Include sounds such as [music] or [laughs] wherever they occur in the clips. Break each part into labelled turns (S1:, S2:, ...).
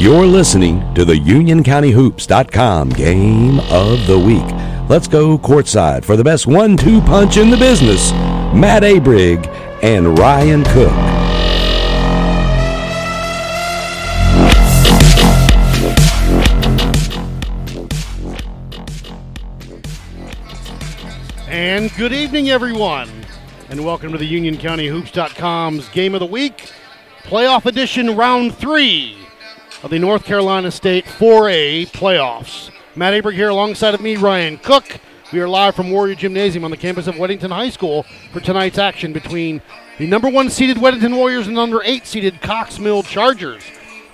S1: You're listening to the UnionCountyHoops.com Game of the Week. Let's go courtside for the best one two punch in the business Matt Abrig and Ryan Cook.
S2: And good evening, everyone. And welcome to the UnionCountyHoops.com's Game of the Week, Playoff Edition, Round 3 of the North Carolina State 4A Playoffs. Matt Aberg here alongside of me, Ryan Cook. We are live from Warrior Gymnasium on the campus of Weddington High School for tonight's action between the number one seeded Weddington Warriors and number eight seeded Cox Mill Chargers.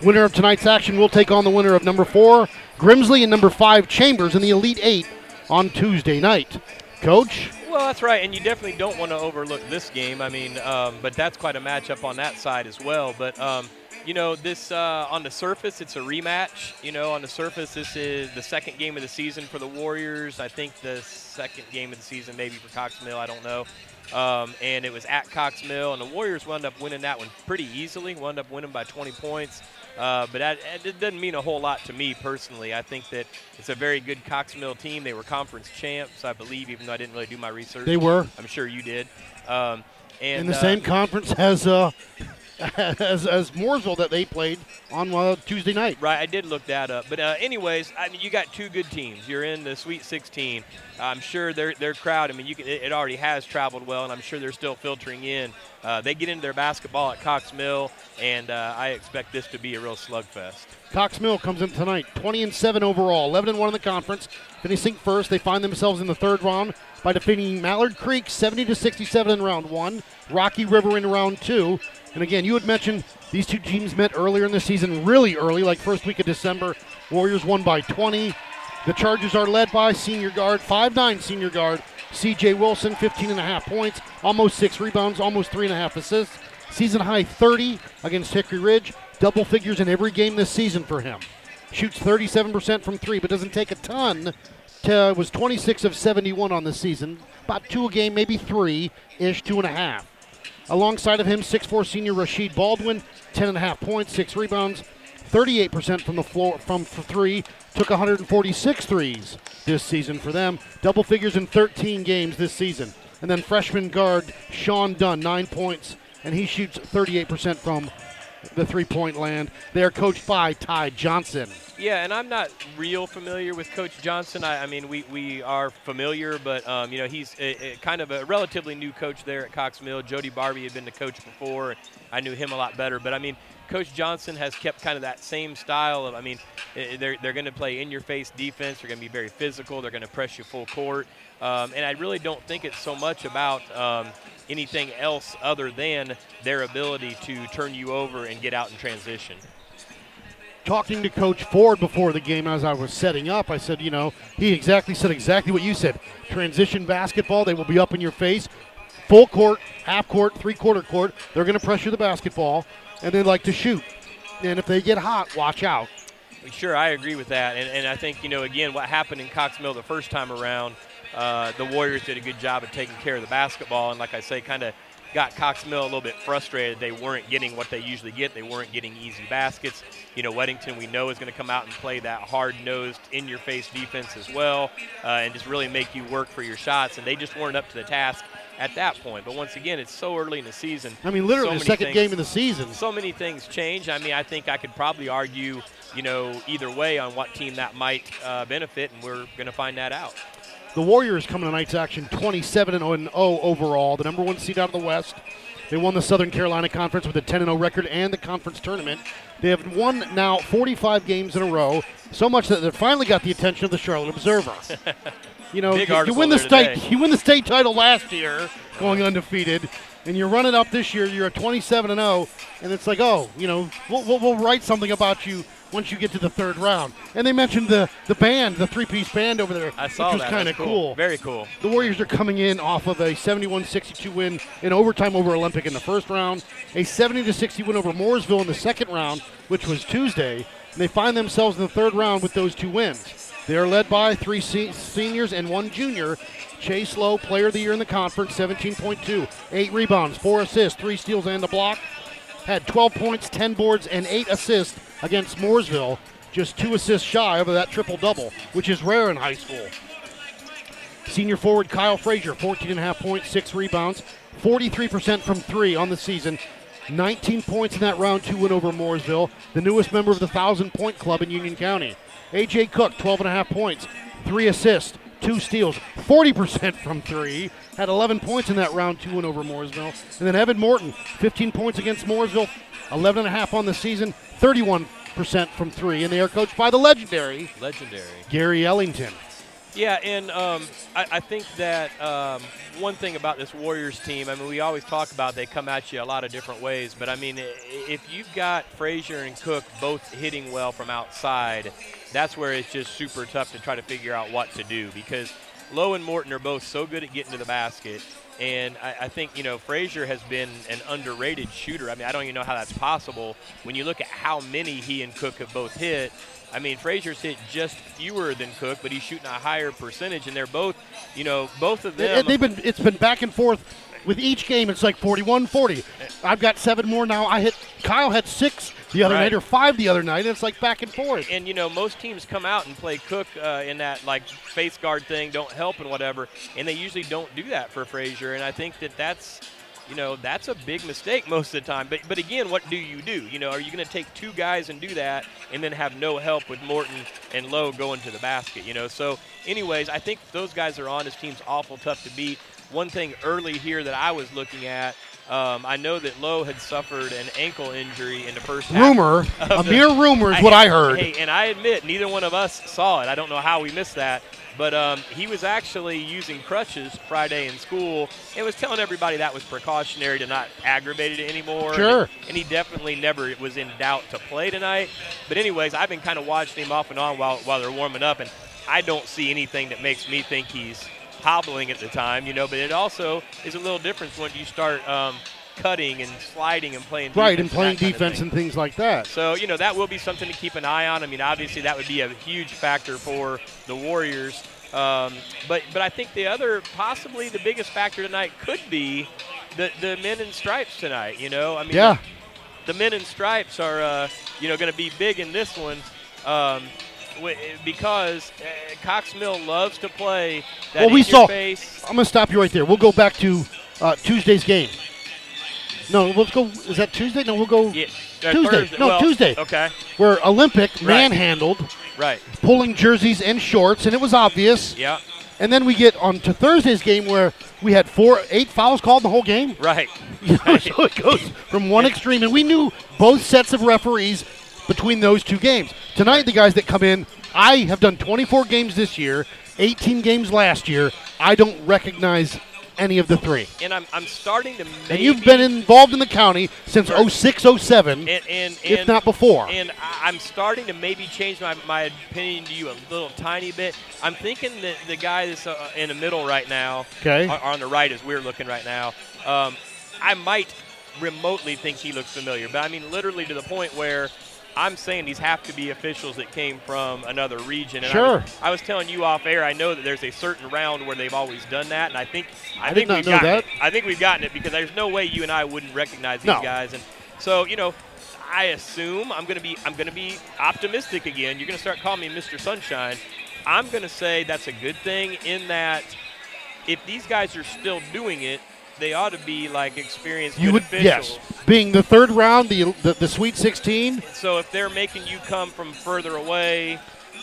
S2: Winner of tonight's action will take on the winner of number four Grimsley and number five Chambers in the Elite Eight on Tuesday night. Coach,
S3: Well, that's right, and you definitely don't want to overlook this game. I mean, um, but that's quite a matchup on that side as well. But um, you know, this uh, on the surface, it's a rematch. You know, on the surface, this is the second game of the season for the Warriors. I think the second game of the season, maybe for Cox Mill. I don't know. Um, and it was at Cox Mill, and the Warriors wound up winning that one pretty easily. Wound up winning by 20 points. Uh, but that, it doesn't mean a whole lot to me personally. I think that it's a very good Cox Mill team. They were conference champs, I believe, even though I didn't really do my research.
S2: They were.
S3: I'm sure you did. Um, and
S2: in the
S3: uh,
S2: same conference as uh, [laughs] as as Mooresville that they played on uh, Tuesday night.
S3: Right, I did look that up. But uh, anyways, I mean, you got two good teams. You're in the Sweet 16. I'm sure their their crowd. I mean, you can, it it already has traveled well, and I'm sure they're still filtering in. Uh, they get into their basketball at Cox Mill, and uh, I expect this to be a real slugfest.
S2: Cox Mill comes in tonight, 20 and 7 overall, 11 and 1 in the conference, finishing first. They find themselves in the third round by defeating Mallard Creek 70 to 67 in round 1, Rocky River in round 2. And again, you had mentioned these two teams met earlier in the season, really early, like first week of December. Warriors won by 20. The Chargers are led by senior guard, 5'9 senior guard, CJ Wilson, 15 and a half points, almost six rebounds, almost three and a half assists. Season high 30 against Hickory Ridge, double figures in every game this season for him. Shoots 37% from three, but doesn't take a ton. To, was 26 of 71 on the season, about two a game, maybe three ish, two and a half. Alongside of him, 6'4 senior Rashid Baldwin, 10.5 points, 6 rebounds, 38% from the floor from f- three, took 146 threes this season for them. Double figures in 13 games this season. And then freshman guard Sean Dunn, 9 points, and he shoots 38% from the three point land. They are coached by Ty Johnson.
S3: Yeah, and I'm not real familiar with Coach Johnson. I, I mean, we, we are familiar, but um, you know he's a, a kind of a relatively new coach there at Cox Mill. Jody Barbie had been the coach before. And I knew him a lot better, but I mean, Coach Johnson has kept kind of that same style of. I mean, eh, eh, they're they're going to play in-your-face defense. They're going to be very physical. They're going to press you full court, um, and I really don't think it's so much about. Um, Anything else other than their ability to turn you over and get out in transition?
S2: talking to Coach Ford before the game as I was setting up, I said, you know, he exactly said exactly what you said. Transition basketball, they will be up in your face. Full court, half court, three quarter court. They're going to pressure the basketball, and they like to shoot. And if they get hot, watch out.
S3: Sure, I agree with that, and, and I think you know again what happened in Cox Mill the first time around. Uh, the Warriors did a good job of taking care of the basketball, and like I say, kind of got Cox Mill a little bit frustrated. They weren't getting what they usually get. They weren't getting easy baskets. You know, Weddington we know is going to come out and play that hard-nosed, in-your-face defense as well, uh, and just really make you work for your shots. And they just weren't up to the task at that point. But once again, it's so early in the season.
S2: I mean, literally
S3: so
S2: the
S3: many
S2: second
S3: things-
S2: game of the season.
S3: so many things change. I mean, I think I could probably argue, you know, either way on what team that might uh, benefit, and we're going to find that out.
S2: The Warriors coming to night's action 27 and 0 overall, the number one seed out of the West. They won the Southern Carolina Conference with a 10 0 record and the conference tournament. They have won now 45 games in a row, so much that they finally got the attention of the Charlotte
S3: [laughs]
S2: Observer. You know,
S3: Big
S2: you, you
S3: article
S2: win the
S3: there
S2: state,
S3: today.
S2: you win the state title last year, going undefeated, and you're running oh, up this year. You're a 27 and 0, and it's like, oh, you know, we'll, we'll, we'll write something about you once you get to the third round. And they mentioned the, the band, the three piece band over there,
S3: I saw
S2: which was
S3: that.
S2: kind of
S3: That's cool. Very cool.
S2: the Warriors are coming in off of a 71-62 win in overtime over Olympic in the first round, a 70-60 win over Mooresville in the second round, which was Tuesday, and they find themselves in the third round with those two wins. They are led by three se- seniors and one junior. Chase Lowe, Player of the Year in the conference, 17.2, eight rebounds, four assists, three steals, and a block. Had 12 points, 10 boards, and eight assists against Mooresville, just two assists shy of that triple double, which is rare in high school. Senior forward Kyle Frazier, 14 and a half points, six rebounds, 43% from three on the season. 19 points in that round two win over Mooresville, the newest member of the 1,000 point club in Union County. AJ Cook, 12 and a half points, three assists, two steals, 40% [laughs] from three, had 11 points in that round two win over Mooresville. And then Evan Morton, 15 points against Mooresville, 11 and a half on the season, 31% from three, and they are coached by the legendary
S3: Legendary.
S2: Gary Ellington.
S3: Yeah, and um, I, I think that um, one thing about this Warriors team, I mean, we always talk about they come at you a lot of different ways, but I mean, i- if you've got Frazier and Cook both hitting well from outside, that's where it's just super tough to try to figure out what to do because Lowe and Morton are both so good at getting to the basket. And I, I think, you know, Frazier has been an underrated shooter. I mean, I don't even know how that's possible. When you look at how many he and Cook have both hit, I mean, Frazier's hit just fewer than Cook, but he's shooting a higher percentage, and they're both, you know, both of
S2: They-
S3: them.
S2: They've been it's been back and forth with each game. It's like 41-40. I've got seven more now. I hit Kyle had six the other
S3: Right.
S2: night or five the other night. And it's like back and forth.
S3: and you know, most teams come out and play Cook uh, in that like face guard thing, don't help and whatever, and they usually don't do that for Frazier, and I think that that's. You know that's a big mistake [laughs] most of the time. But but again, what do you do? You know, are you going to take two guys and do that, and then have no help with Morton and Lowe going to the basket? You know. So, anyways, I think those guys are on. His team's awful tough to beat. One thing early here that I was looking at, um, I know that Lowe had suffered an ankle injury in the first half.
S2: Rumor, a
S3: of the-
S2: mere rumor is what I heard.
S3: Hey, and I admit, neither one of us saw it. I don't know how we missed that. But um, he was actually using crutches Friday in school and was telling everybody that was precautionary to not aggravate it anymore.
S2: Sure.
S3: And he definitely never was in doubt to play tonight. But, anyways, I've been kind of watching him off and on while, while they're warming up, and I don't see anything that makes me think he's hobbling at the time, you know. But it also is a little difference when you start um, cutting and sliding and playing
S2: right, and
S3: defense,
S2: playing
S3: that kind of
S2: defense
S3: thing.
S2: and things like that.
S3: So, you know, that will be something to keep an eye on. I mean, obviously, that would be a huge factor for the Warriors. Um, but, but I think the other, possibly the biggest factor tonight could be the, the men in stripes tonight, you know? I mean,
S2: Yeah.
S3: the men in stripes are, uh, you know, going to be big in this one um, w- because uh, Cox Mill loves to play that
S2: Well, we saw-
S3: face.
S2: I'm going to stop you right there. We'll go back to uh, Tuesday's game. No, let's go. Is that Tuesday? No, we'll go
S3: Yeah, uh,
S2: Tuesday.
S3: Thursday.
S2: No,
S3: Well,
S2: Tuesday.
S3: Okay,
S2: where Olympic
S3: Right.
S2: manhandled,
S3: right.
S2: pulling jerseys and shorts, and it was obvious.
S3: Yeah,
S2: And then we get on to Thursday's game where we had four, eight fouls called in the whole game. [laughs]
S3: right.
S2: You know, so it goes from one extreme, and we knew both sets of referees between those two games. Tonight, the guys that come in, I have done 24 games this year, 18 games last year. I don't recognize any of the three.
S3: And I'm, I'm starting to
S2: And
S3: maybe
S2: you've been involved in the county since 06, 07,
S3: and, and, and
S2: if not before.
S3: And I- I'm starting to maybe change my, my opinion to you a little tiny bit. I'm thinking that the guy that's uh, in the middle right now,
S2: Okay.
S3: or, or on the right as we're looking right now, um, I might remotely think he looks familiar. But I mean, literally to the point where I'm saying these have to be officials that came from another region. And I
S2: Sure.
S3: was, I was telling you off air. I know that there's a certain round where they've always done that, and I think I,
S2: did
S3: think
S2: not
S3: we've
S2: know
S3: gotten
S2: that.
S3: it. I think we've gotten it because there's no way you and I wouldn't recognize these
S2: No.
S3: guys. And so, you know, I assume I'm gonna be I'm gonna be optimistic again. You're gonna start calling me Mr. Sunshine. I'm gonna say that's a good thing in that if these guys are still doing it, they ought to be like experienced
S2: you
S3: good
S2: would,
S3: officials.
S2: yes, being the third round, the, the, the Sweet 16,
S3: So if they're making you come from further away,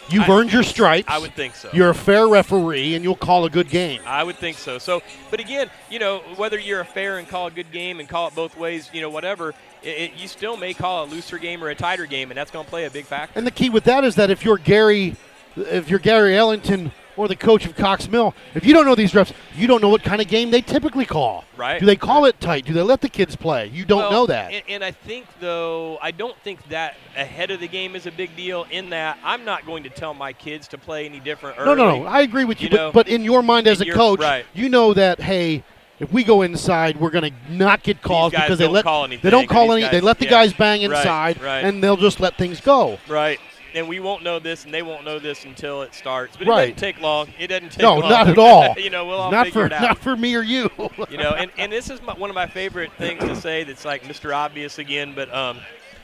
S2: you've
S3: I-
S2: earned your stripes.
S3: I would think so.
S2: You're a fair referee, and you'll call a good game.
S3: I would think so. So, but again, you know, whether you're a fair and call a good game and call it both ways, you know, whatever, it, it, you still may call a looser game or a tighter game, and that's going to play a big factor.
S2: And the key with that is that if you're Gary, if you're Gary Ellington or the coach of Cox Mill, if you don't know these refs, you don't know what kind of game they typically call.
S3: Right.
S2: Do they call it tight? Do they let the kids play? You don't
S3: Well,
S2: know that.
S3: And, and I think, though, I don't think that ahead of the game is a big deal in that I'm not going to tell my kids to play any different
S2: no,
S3: early.
S2: no, no. I agree with you,
S3: You
S2: but,
S3: know,
S2: but in your mind as a
S3: in your-
S2: coach,
S3: right.
S2: you know that hey, if we go inside, we're going to not get calls
S3: guys
S2: because they
S3: don't
S2: let
S3: call
S2: they
S3: anything,
S2: don't call
S3: these
S2: any.
S3: guys-
S2: they let the
S3: yeah.
S2: guys bang
S3: Right,
S2: inside,
S3: right.
S2: and they'll just let things go.
S3: Right. And we won't know this, and they won't know this until it starts. But
S2: Right.
S3: it doesn't take long. It doesn't take
S2: No,
S3: long.
S2: not at all.
S3: [laughs] you know, we'll all
S2: not
S3: figure
S2: for [laughs]
S3: it out.
S2: not for me or
S3: [laughs]
S2: you.
S3: you know, and, and this is my, one of my favorite things to say. That's like Mr. Obvious again, but um,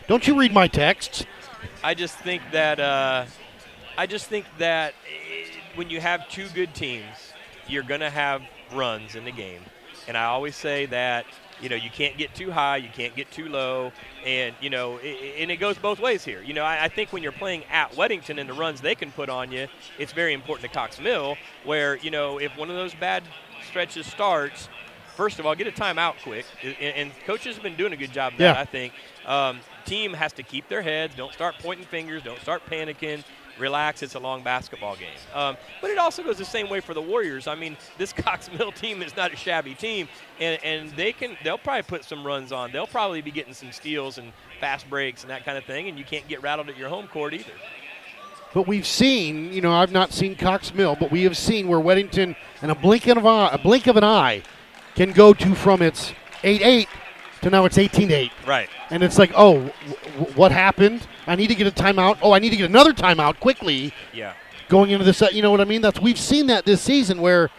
S2: don't you read my texts?
S3: I just think that uh, I just think that eh, when you have two good teams, you're gonna have runs in the game, and I always say that you know you can't get too high, you can't get too low, and you know i- i- and it goes both ways here. You know, I, I think when you're playing at Weddington and the runs they can put on you, it's very important to Cox Mill, where you know if one of those bad stretches starts. First of all, get a timeout quick, I- and, and coaches have been doing a good job of that.
S2: Yeah.
S3: I think um, team has to keep their heads. Don't start pointing fingers. Don't start panicking. Relax. It's a long basketball game. Um, but it also goes the same way for the Warriors. I mean, [laughs] this Cox Mill team is not a shabby team, and, and they can they'll probably put some runs on. They'll probably be getting some steals and fast breaks and that kind of thing. And you can't get rattled at your home court either.
S2: But we've seen, you know, I've not seen Cox Mill, but we have seen where Weddington, in a blink of an eye, a blink of an eye, can go to from its 8-8 to now it's 18-8.
S3: Right.
S2: And it's like, oh, w- w- what happened? I need to get a timeout. Oh, I need to get another timeout quickly
S3: Yeah.
S2: going into the set. You know what I mean? That's we've seen that this season where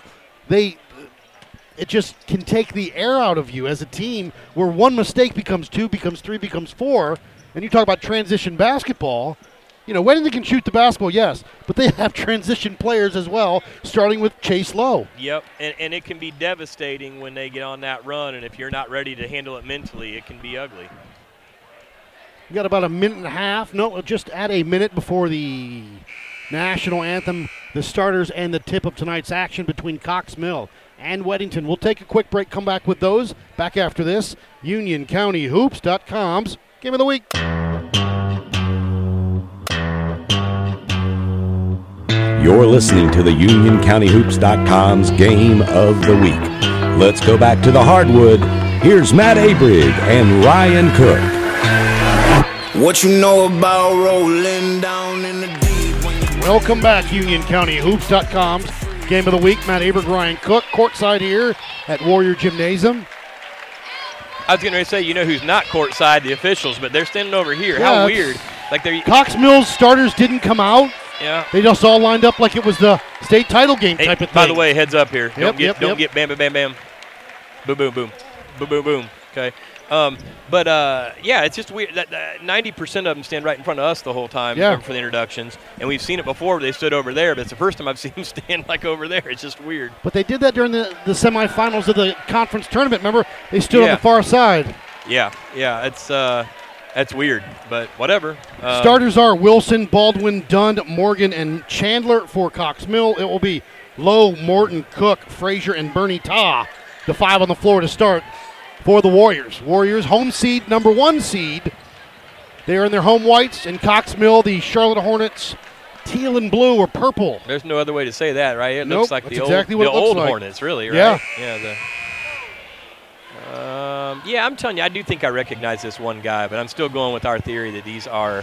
S2: they it just can take the air out of you as a team where one mistake becomes two, becomes three, becomes four, and you talk about transition basketball. You know, Weddington can shoot the basketball, yes, but they [laughs] have transition players as well, starting with Chase Lowe.
S3: Yep, and, and it can be devastating when they get on that run, and if you're not ready to handle it mentally, it can be ugly.
S2: We got about a minute and a half. No, just at a minute before the national anthem, the starters and the tip of tonight's action between Cox Mill and Weddington. We'll take a quick break, come back with those. Back after this, UnionCountyHoops.com's Game of the Week.
S1: You're listening to the UnionCountyHoops.com's Game of the Week. Let's go back to the hardwood. Here's Matt Abrig and Ryan Cook.
S4: What you know about rolling down in the deep when you
S2: Welcome back, UnionCountyHoops.com's Game of the Week. Matt Aber, Ryan Cook, courtside here at Warrior Gymnasium.
S3: I was getting ready to say, you know who's not courtside? The officials, but they're standing over here.
S2: Yeah,
S3: How
S2: it's-
S3: weird. Like they're
S2: Cox Mill's starters didn't come out.
S3: yeah.
S2: They just all lined up like it was the state title game
S3: Hey,
S2: type of thing.
S3: by the way, heads up here.
S2: Yep,
S3: don't get
S2: yep,
S3: don't
S2: yep.
S3: get bam bam bam bam. Boom boom boom. Boom boom boom. Okay. Um, but uh, yeah, it's just weird. That uh, ninety percent of them stand right in front of us the whole time
S2: Yeah.
S3: for the introductions, and we've seen it before. They stood over there, but it's the first time I've [laughs] seen them stand like over there. It's just weird.
S2: But they did that during the, the semifinals of the conference tournament. Remember, they stood on
S3: Yeah.
S2: the far side.
S3: Yeah, yeah. It's uh, that's weird, but whatever. Um,
S2: Starters are Wilson, Baldwin, Dunn, Morgan, and Chandler for Cox Mill. It will be Lowe, Morton, Cook, Frazier, and Bernie Ta, the five on the floor to start for the Warriors. Warriors, home seed, number one seed. They are in their home whites. In Cox Mill, the Charlotte Hornets, teal and blue or purple.
S3: There's no other way to say that, right? It
S2: Nope,
S3: looks like
S2: that's
S3: the old,
S2: exactly what
S3: the
S2: it looks
S3: old
S2: like.
S3: Hornets, really, right?
S2: Yeah.
S3: Yeah. The, um, yeah, I'm telling you, I do think I recognize this one guy, but I'm still going with our theory that these are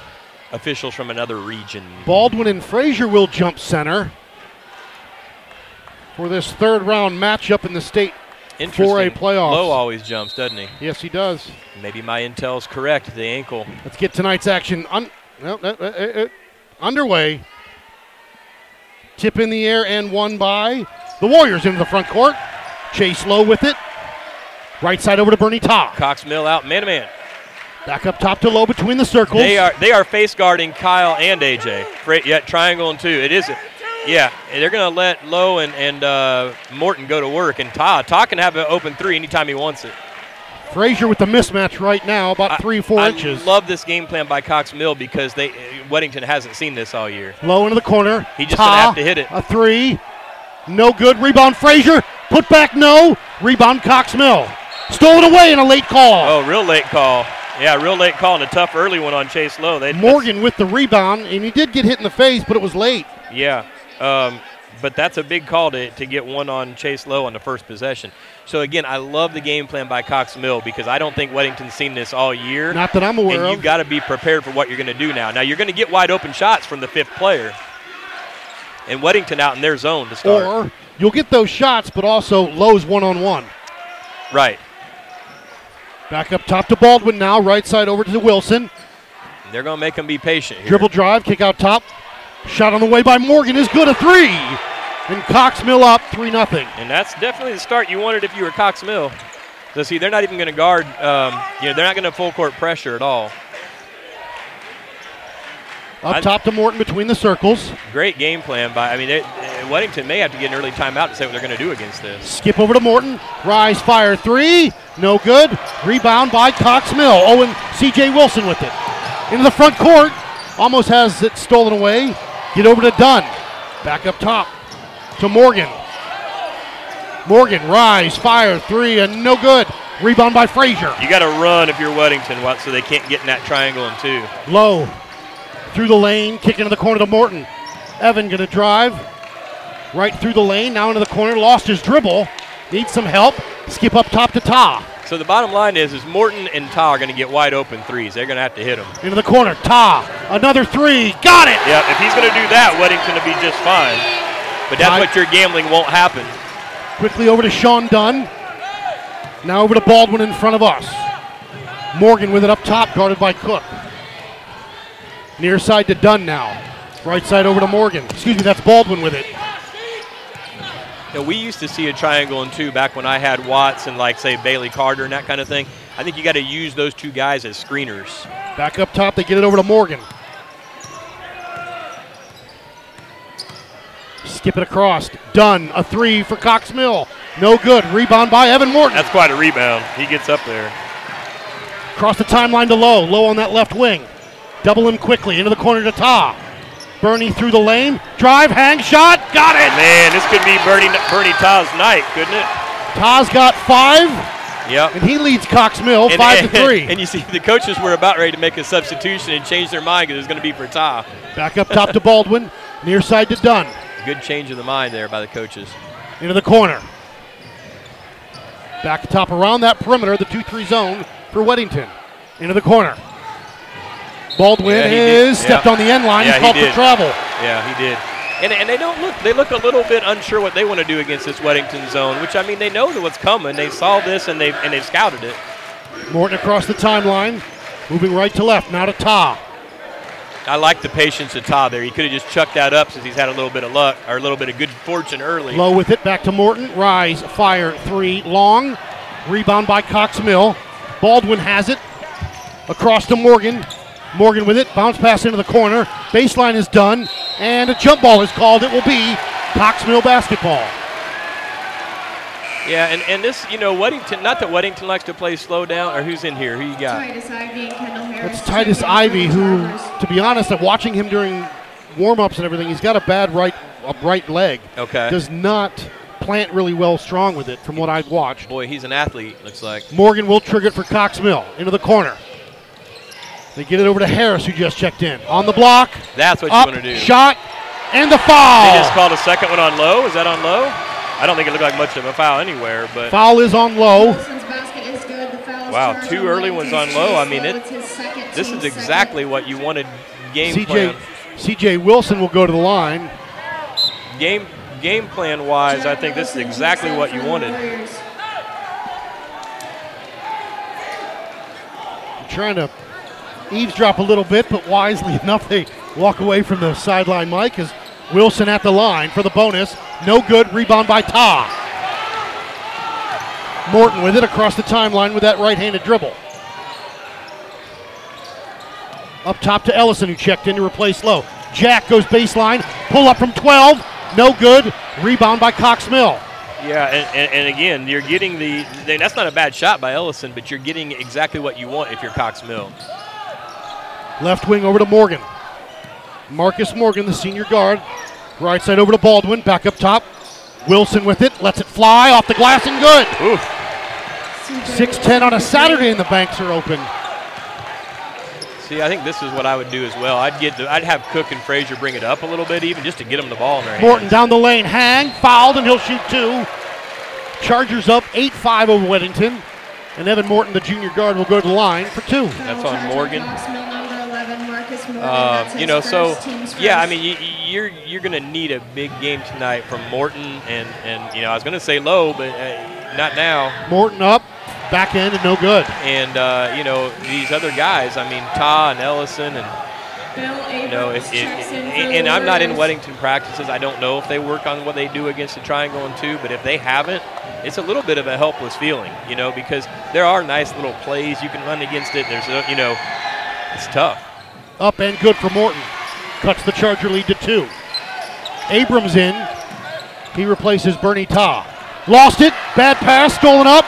S3: officials from another region.
S2: Baldwin and Frazier will jump center for this third round matchup in the state
S3: Interesting.
S2: playoffs.
S3: Low always jumps, doesn't he?
S2: Yes, he does.
S3: Maybe my intel's correct. The ankle.
S2: Let's get tonight's action un- no, no, uh, uh, uh, underway. Tip in the air and one by the Warriors into the front court. Chase Low with it. Right side over to Bernie Ta.
S3: Cox Mill out, man to man.
S2: Back up top to Low between the circles.
S3: They are they are face guarding Kyle and AJ. Fra- yeah, triangle and two. It is. Yeah, they're gonna let Lowe and and uh, Morton go to work, and Ta Ta can have an open three anytime he wants it.
S2: Frazier with the mismatch right now, about
S3: I-
S2: three, four
S3: I
S2: inches.
S3: love this game plan by Cox Mill because they Weddington hasn't seen this all year.
S2: Low into the corner.
S3: He just
S2: Ta,
S3: gonna have to hit it.
S2: A three. No good. Rebound Frazier. Put back no. Rebound Cox Mill. Stolen away in a late call.
S3: Oh, real late call. Yeah, real late call and a tough early one on Chase Lowe. They,
S2: Morgan with the rebound, and he did get hit in the face, but it was late.
S3: Yeah. Um, but that's a big call to, to get one on Chase Low on the first possession. So again, I love the game plan by Cox Mill because I don't think Weddington's seen this all year.
S2: Not that I'm aware
S3: and
S2: of.
S3: you've got to be prepared for what you're going to do now. Now you're going to get wide open shots from the fifth player, and Weddington out in their zone to start.
S2: Or you'll get those shots, but also Lowe's one on one.
S3: right,
S2: Back up top to Baldwin now, right side over to Wilson.
S3: they're going to make them be patient here.
S2: Dribble drive, kick out top. Shot on the way by Morgan is good, a three. And Cox Mill up 3 0.
S3: And that's definitely the start you wanted if you were Cox Mill. So see, they're not even going to guard. Um, you know, they're not going to full court pressure at all.
S2: Up
S3: I-
S2: top to Morton between the circles.
S3: Great game plan by. I mean, they, uh, Weddington may have to get an early timeout to say what they're going to do against this.
S2: Skip over to Morton. Rise, fire three. No good. Rebound by Cox Mill. Oh, and CJ Wilson with it. Into the front court. Almost has it stolen away. Get over to Dunn. Back up top to Morgan. Morgan, rise, fire three, and no good. Rebound by Frazier.
S3: You got to run if you're Weddington, what? So they can't get in that triangle in two.
S2: Low. Through the lane, kick into the corner to Morton. Evan gonna drive. Right through the lane, now into the corner, lost his dribble. Needs some help. Skip up top to Ta.
S3: So the bottom line is, is Morton and Ta are going to get wide open threes. They're going to have to hit them.
S2: Into the corner. Ta. Another three. Got it.
S3: Yeah, if he's going to do that, Weddington will be just fine. But that's
S2: Right.
S3: what you're gambling won't happen.
S2: Quickly over to Sean Dunn. Now over to Baldwin in front of us. Morgan with it up top, guarded by Cook. Near side to Dunn now. Right side over to Morgan. Excuse me, that's Baldwin with it.
S3: Now, we used to see a triangle and two back when I had Watts and, like, say, Bailey Carter and that kind of thing. I think you got to use those two guys as screeners.
S2: Back up top, they get it over to Morgan. Skip it across. Dunn, a three for Cox Mill. No good. Rebound by Evan Morton.
S3: That's quite a rebound. He gets up there.
S2: Across the timeline to Low. Low on that left wing. Double him quickly into the corner to Ta. Bernie through the lane. Drive, hang, shot. Got it.
S3: Man, this could be Bernie, Bernie Ta's night, couldn't it?
S2: Ta's got five,
S3: Yep.
S2: and he leads Cox Mill
S3: And-
S2: five
S3: and- [laughs]
S2: to three.
S3: And you see, the coaches were about ready to make a substitution and change their mind because it was going to be for Ta.
S2: Back up top to Baldwin. Near side to Dunn.
S3: Good change of the mind there by the coaches.
S2: Into the corner. Back top around that perimeter, the 2 3 zone for Weddington. Into the corner. Baldwin
S3: Yeah, he did.
S2: is stepped
S3: Yeah.
S2: on the end line
S3: Yeah,
S2: and
S3: he
S2: called for
S3: did.
S2: travel.
S3: Yeah, he did. And, and they don't look they look a little bit unsure what they want to do against this Weddington zone, which I mean they know that what's coming. They saw this and they and they've scouted it.
S2: Morton across the timeline, moving right to left. Now to Ta.
S3: I like the patience of Todd there. He could have just chucked that up since he's had a little bit of luck or a little bit of good fortune early.
S2: Low with it, back to Morton. Rise, fire, three, long. Rebound by Cox Mill. Baldwin has it. Across to Morgan. Morgan with it. Bounce pass into the corner. Baseline is done. And a jump ball is called. It will be Cox Mill basketball.
S3: Yeah, and, and this, you know, Weddington, not that Weddington likes to play slow down, or who's in here? Who you got?
S5: Titus Ivy and Kendall Harris. Oh.
S2: It's Titus Ivy, who, to be honest, I'm watching him during warm-ups and everything. He's got a bad right, a right leg.
S3: Okay.
S2: Does not plant really well strong with it, from what I've watched.
S3: Boy, he's an athlete, looks like.
S2: Morgan will trigger it for Cox Mill into the corner. They get it over to Harris, who just checked in on the block.
S3: That's what
S2: up,
S3: you want to do.
S2: shot, and the
S3: They
S2: foul.
S3: just called a second one on low. Is that on low? I don't think it looked like much of a foul anywhere, but
S2: foul is on low.
S5: Wilson's basket is good. The foul is
S3: Wow,
S5: charged
S3: two
S5: on
S3: early
S5: Wellington.
S3: ones on low. I mean, it-
S5: It's his second,
S3: this is
S5: team's second.
S3: exactly what you wanted game
S2: CJ,
S3: plan.
S2: CJ Wilson will go to the line.
S3: Game game plan wise, I think this is
S5: Wilson kicks
S3: exactly
S5: out
S3: what
S5: for
S3: you
S5: the
S3: wanted.
S5: Warriors.
S2: I'm trying to eavesdrop a little bit, but wisely [laughs] enough, they walk away from the sideline mic as Wilson at the line for the bonus. No good. Rebound by Ta. Morton with it across the timeline with that right handed dribble. Up top to Ellison, who checked in to replace Low. Jack goes baseline, pull up from 12, no good. Rebound by Cox Mill.
S3: Yeah, and, and, and again, you're getting the they- that's not a bad shot by Ellison, but you're getting exactly what you want if you're Cox Mill.
S2: Left wing over to Morgan. Marcus Morgan, the senior guard. Right side over to Baldwin. Back up top. Wilson with it. Lets it fly off the glass and good.
S5: CJ
S2: 6'10 on a Saturday and the banks are open.
S3: See, I think this is what I would do as well. I'd get, the, I'd have Cook and Frazier bring it up a little bit, even just to get them the ball in their hand.
S2: Morton down the lane, hang, fouled, and he'll shoot two. Chargers up 8 5 over Weddington. And Evan Morton, the junior guard, will go to the line for two.
S3: That's
S5: Colonel
S3: on
S5: Charger,
S3: Morgan.
S5: Knox Mill number 11, Marcus
S3: Um,
S5: Morgan. That's
S3: you
S5: his
S3: know,
S5: first,
S3: so
S5: team's
S3: yeah, I
S5: first.
S3: mean, you, you're you're gonna need a big game tonight from Morton, and and you know, I was gonna say low, but uh, not now.
S2: Morton up, back end, and no good.
S3: And uh, you know, these other guys, I mean, Ta and Ellison, and
S5: Bill
S3: you know,
S5: Abrams
S3: if, if,
S5: checks in for
S3: and
S5: the
S3: and I'm not in
S5: Warriors.
S3: Weddington practices. I don't know if they work on what they do against the triangle and two, but if they haven't, it's a little bit of a helpless feeling, you know, because there are nice little plays you can run against it. There's, no- you know, it's tough.
S2: Up and good for Morton. Cuts the Charger lead to two. Abrams in. He replaces Bernie Ta. Lost it. Bad pass. Stolen up.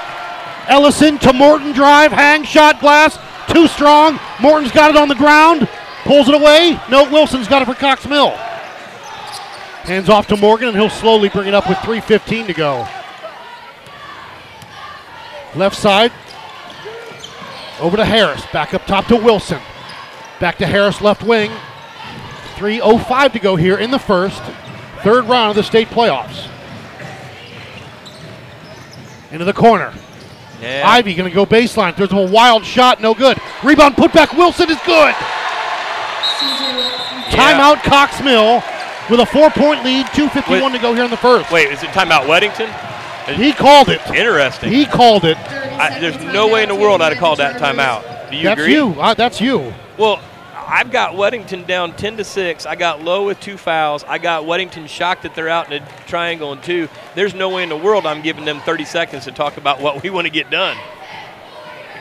S2: Ellison to Morton. Drive. Hang. Shot. Glass. Too strong. Morton's got it on the ground. Pulls it away. No, Wilson's got it for Cox Mill. Hands off to Morgan, and he'll slowly bring it up with 3.15 to go. Left side. Over to Harris. Back up top to Wilson. Back to Harris, left wing. 3.05 to go here in the first, third round of the state playoffs. Into the corner.
S3: Yeah.
S2: Ivy going to go baseline. Throws him a wild shot, no good. Rebound, put back. Wilson is good.
S5: CJ
S2: Timeout, Cox Mill with a four point lead, 2.51 to go here in the first.
S3: Wait, is it timeout Weddington?
S2: He called it.
S3: Interesting.
S2: He called it.
S5: 30
S3: I, there's
S5: seconds
S3: no
S5: on
S3: way in the
S5: that
S3: world
S5: team
S3: I'd have called that
S5: and the Chargers.
S3: timeout. Do you
S2: That's
S3: agree?
S2: you. Uh, that's you.
S3: Well, I've got Weddington down 10 to 6. I got Lowe with two fouls. I got Weddington shocked that they're out in a triangle and two. There's no way in the world I'm giving them 30 seconds to talk about what we want to get done.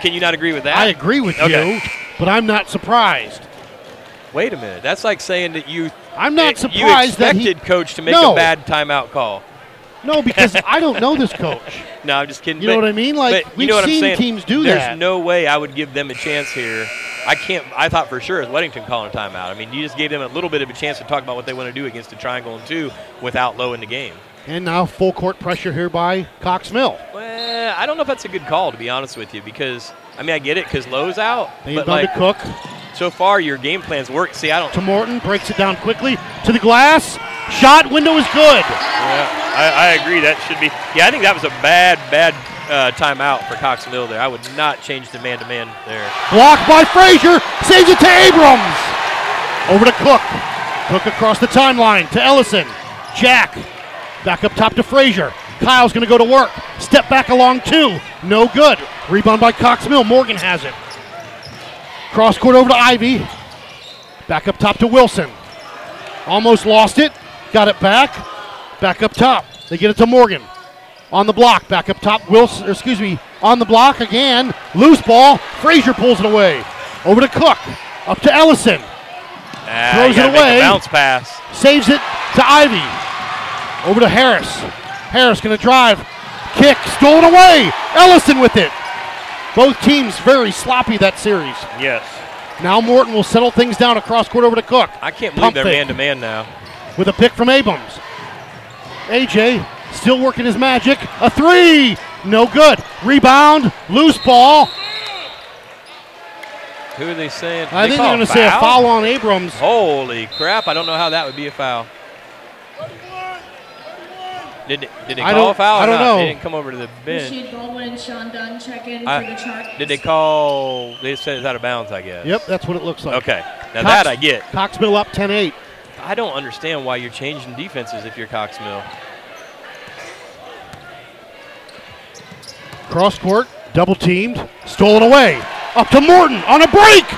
S3: Can you not agree with that?
S2: I agree with
S3: Okay.
S2: you, but I'm not surprised.
S3: Wait a minute. That's like saying that you
S2: I'm not
S3: that you
S2: surprised that he-
S3: expected coach to make
S2: No.
S3: a bad timeout call.
S2: No, because I don't know this coach.
S3: No, I'm just kidding.
S2: You know
S3: But-
S2: what I mean? Like,
S3: but
S2: we've
S3: you know what
S2: seen
S3: I'm saying?
S2: teams do
S3: There's
S2: that.
S3: no way I would give them a chance here. I can't. I thought for sure it was Weddington calling a timeout. I mean, you just gave them a little bit of a chance to talk about what they want to do against the triangle and two without low in the game.
S2: And now full court pressure here by Cox Mill.
S3: Well, I don't know if that's a good call to be honest with you because I mean I get it because Lowe's out,
S2: They
S3: but
S2: inbound
S3: like
S2: to Cook
S3: so far your game plans work. See, I don't.
S2: to Morton, breaks it down quickly to the glass. Shot window is good.
S3: Yeah, I, I agree. That should be. Yeah, I think that was a bad, bad uh, timeout for Coxville there. I would not change the man-to-man there.
S2: Blocked by Frazier. Saves it to Abrams. Over to Cook. Cook across the timeline to Ellison. Jack. Back up top to Frazier. Kyle's going to go to work. Step back along two. No good. Rebound by Cox Mill. Morgan has it. Cross court over to Ivy. Back up top to Wilson. Almost lost it. Got it back. Back up top. They get it to Morgan. On the block. Back up top. Wilson, or excuse me, on the block again. Loose ball. Frazier pulls it away. Over to Cook. Up to Ellison.
S3: Ah,
S2: Throws
S3: you gotta
S2: it
S3: make a
S2: away.
S3: bounce pass.
S2: Saves it to Ivy. Over to Harris. Harris going to drive. Kick. Stolen away. Ellison with it. Both teams very sloppy that series.
S3: Yes.
S2: Now Morton will settle things down across court over to Cook.
S3: I can't believe
S2: Pump
S3: they're
S2: fake.
S3: man to man now.
S2: with a pick from Abrams. AJ still working his magic. A three, no good. Rebound, loose ball.
S3: Who are they saying?
S2: I
S3: They
S2: think
S3: call Oh.
S2: they're going to say a foul on Abrams.
S3: Holy crap! I don't know how that would be a foul. Did it, did they
S2: I
S3: call
S2: don't-
S3: a foul? or
S2: I don't
S3: not?
S2: know.
S3: They didn't come over to the bench.
S5: Rasheed Baldwin and Sean Dunn check in
S3: I-
S5: for the Chargers.
S3: Did they call? They said it's out of bounds, I guess.
S2: Yep, that's what it looks like.
S3: Okay. Now
S2: Cox-
S3: that I get.
S2: Coxmill up 10 8.
S3: I don't understand why you're changing defenses if you're
S2: [laughs]
S3: Coxmill.
S2: Cross court, double teamed, stolen away. Up to Morton on a break.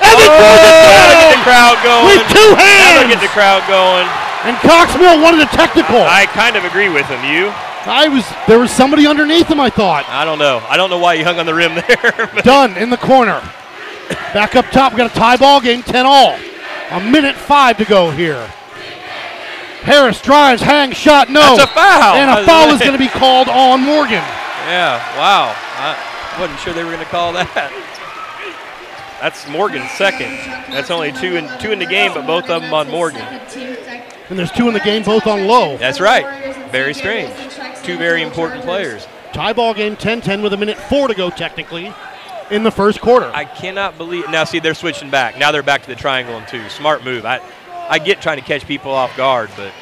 S2: And he
S3: That'll
S2: throws
S3: get
S2: it
S3: the
S2: down
S3: crowd going.
S2: Oh! with two
S3: That'll get
S2: hands.
S3: the crowd going.
S2: And Coxmill wanted a technical. I,
S3: I kind of agree with him. You?
S2: was there was somebody underneath him, I thought.
S3: I don't know. I don't know why you hung on the rim there. [laughs] but-
S2: Dunn in the corner. Back up top. We got a tie ball game, 10 all. A minute five to go here. Harris drives, hang shot, no.
S3: That's a foul.
S2: And
S3: I
S2: a
S3: was
S2: foul is
S3: [laughs] like-
S2: going to be called on Morgan.
S3: yeah. Wow. I wasn't sure they were going to call that. That's Morgan's second. That's only two in two in the game, but both of them on Morgan.
S2: And there's two in the game, both on low.
S3: That's right. Very strange. Two very important players.
S2: Tie ball game, 10 10 with a minute four to go, technically. in the first quarter.
S3: I cannot believe. Now, see, they're switching back. Now they're back to the triangle and two. Smart move. I, I get trying to catch people off guard, but.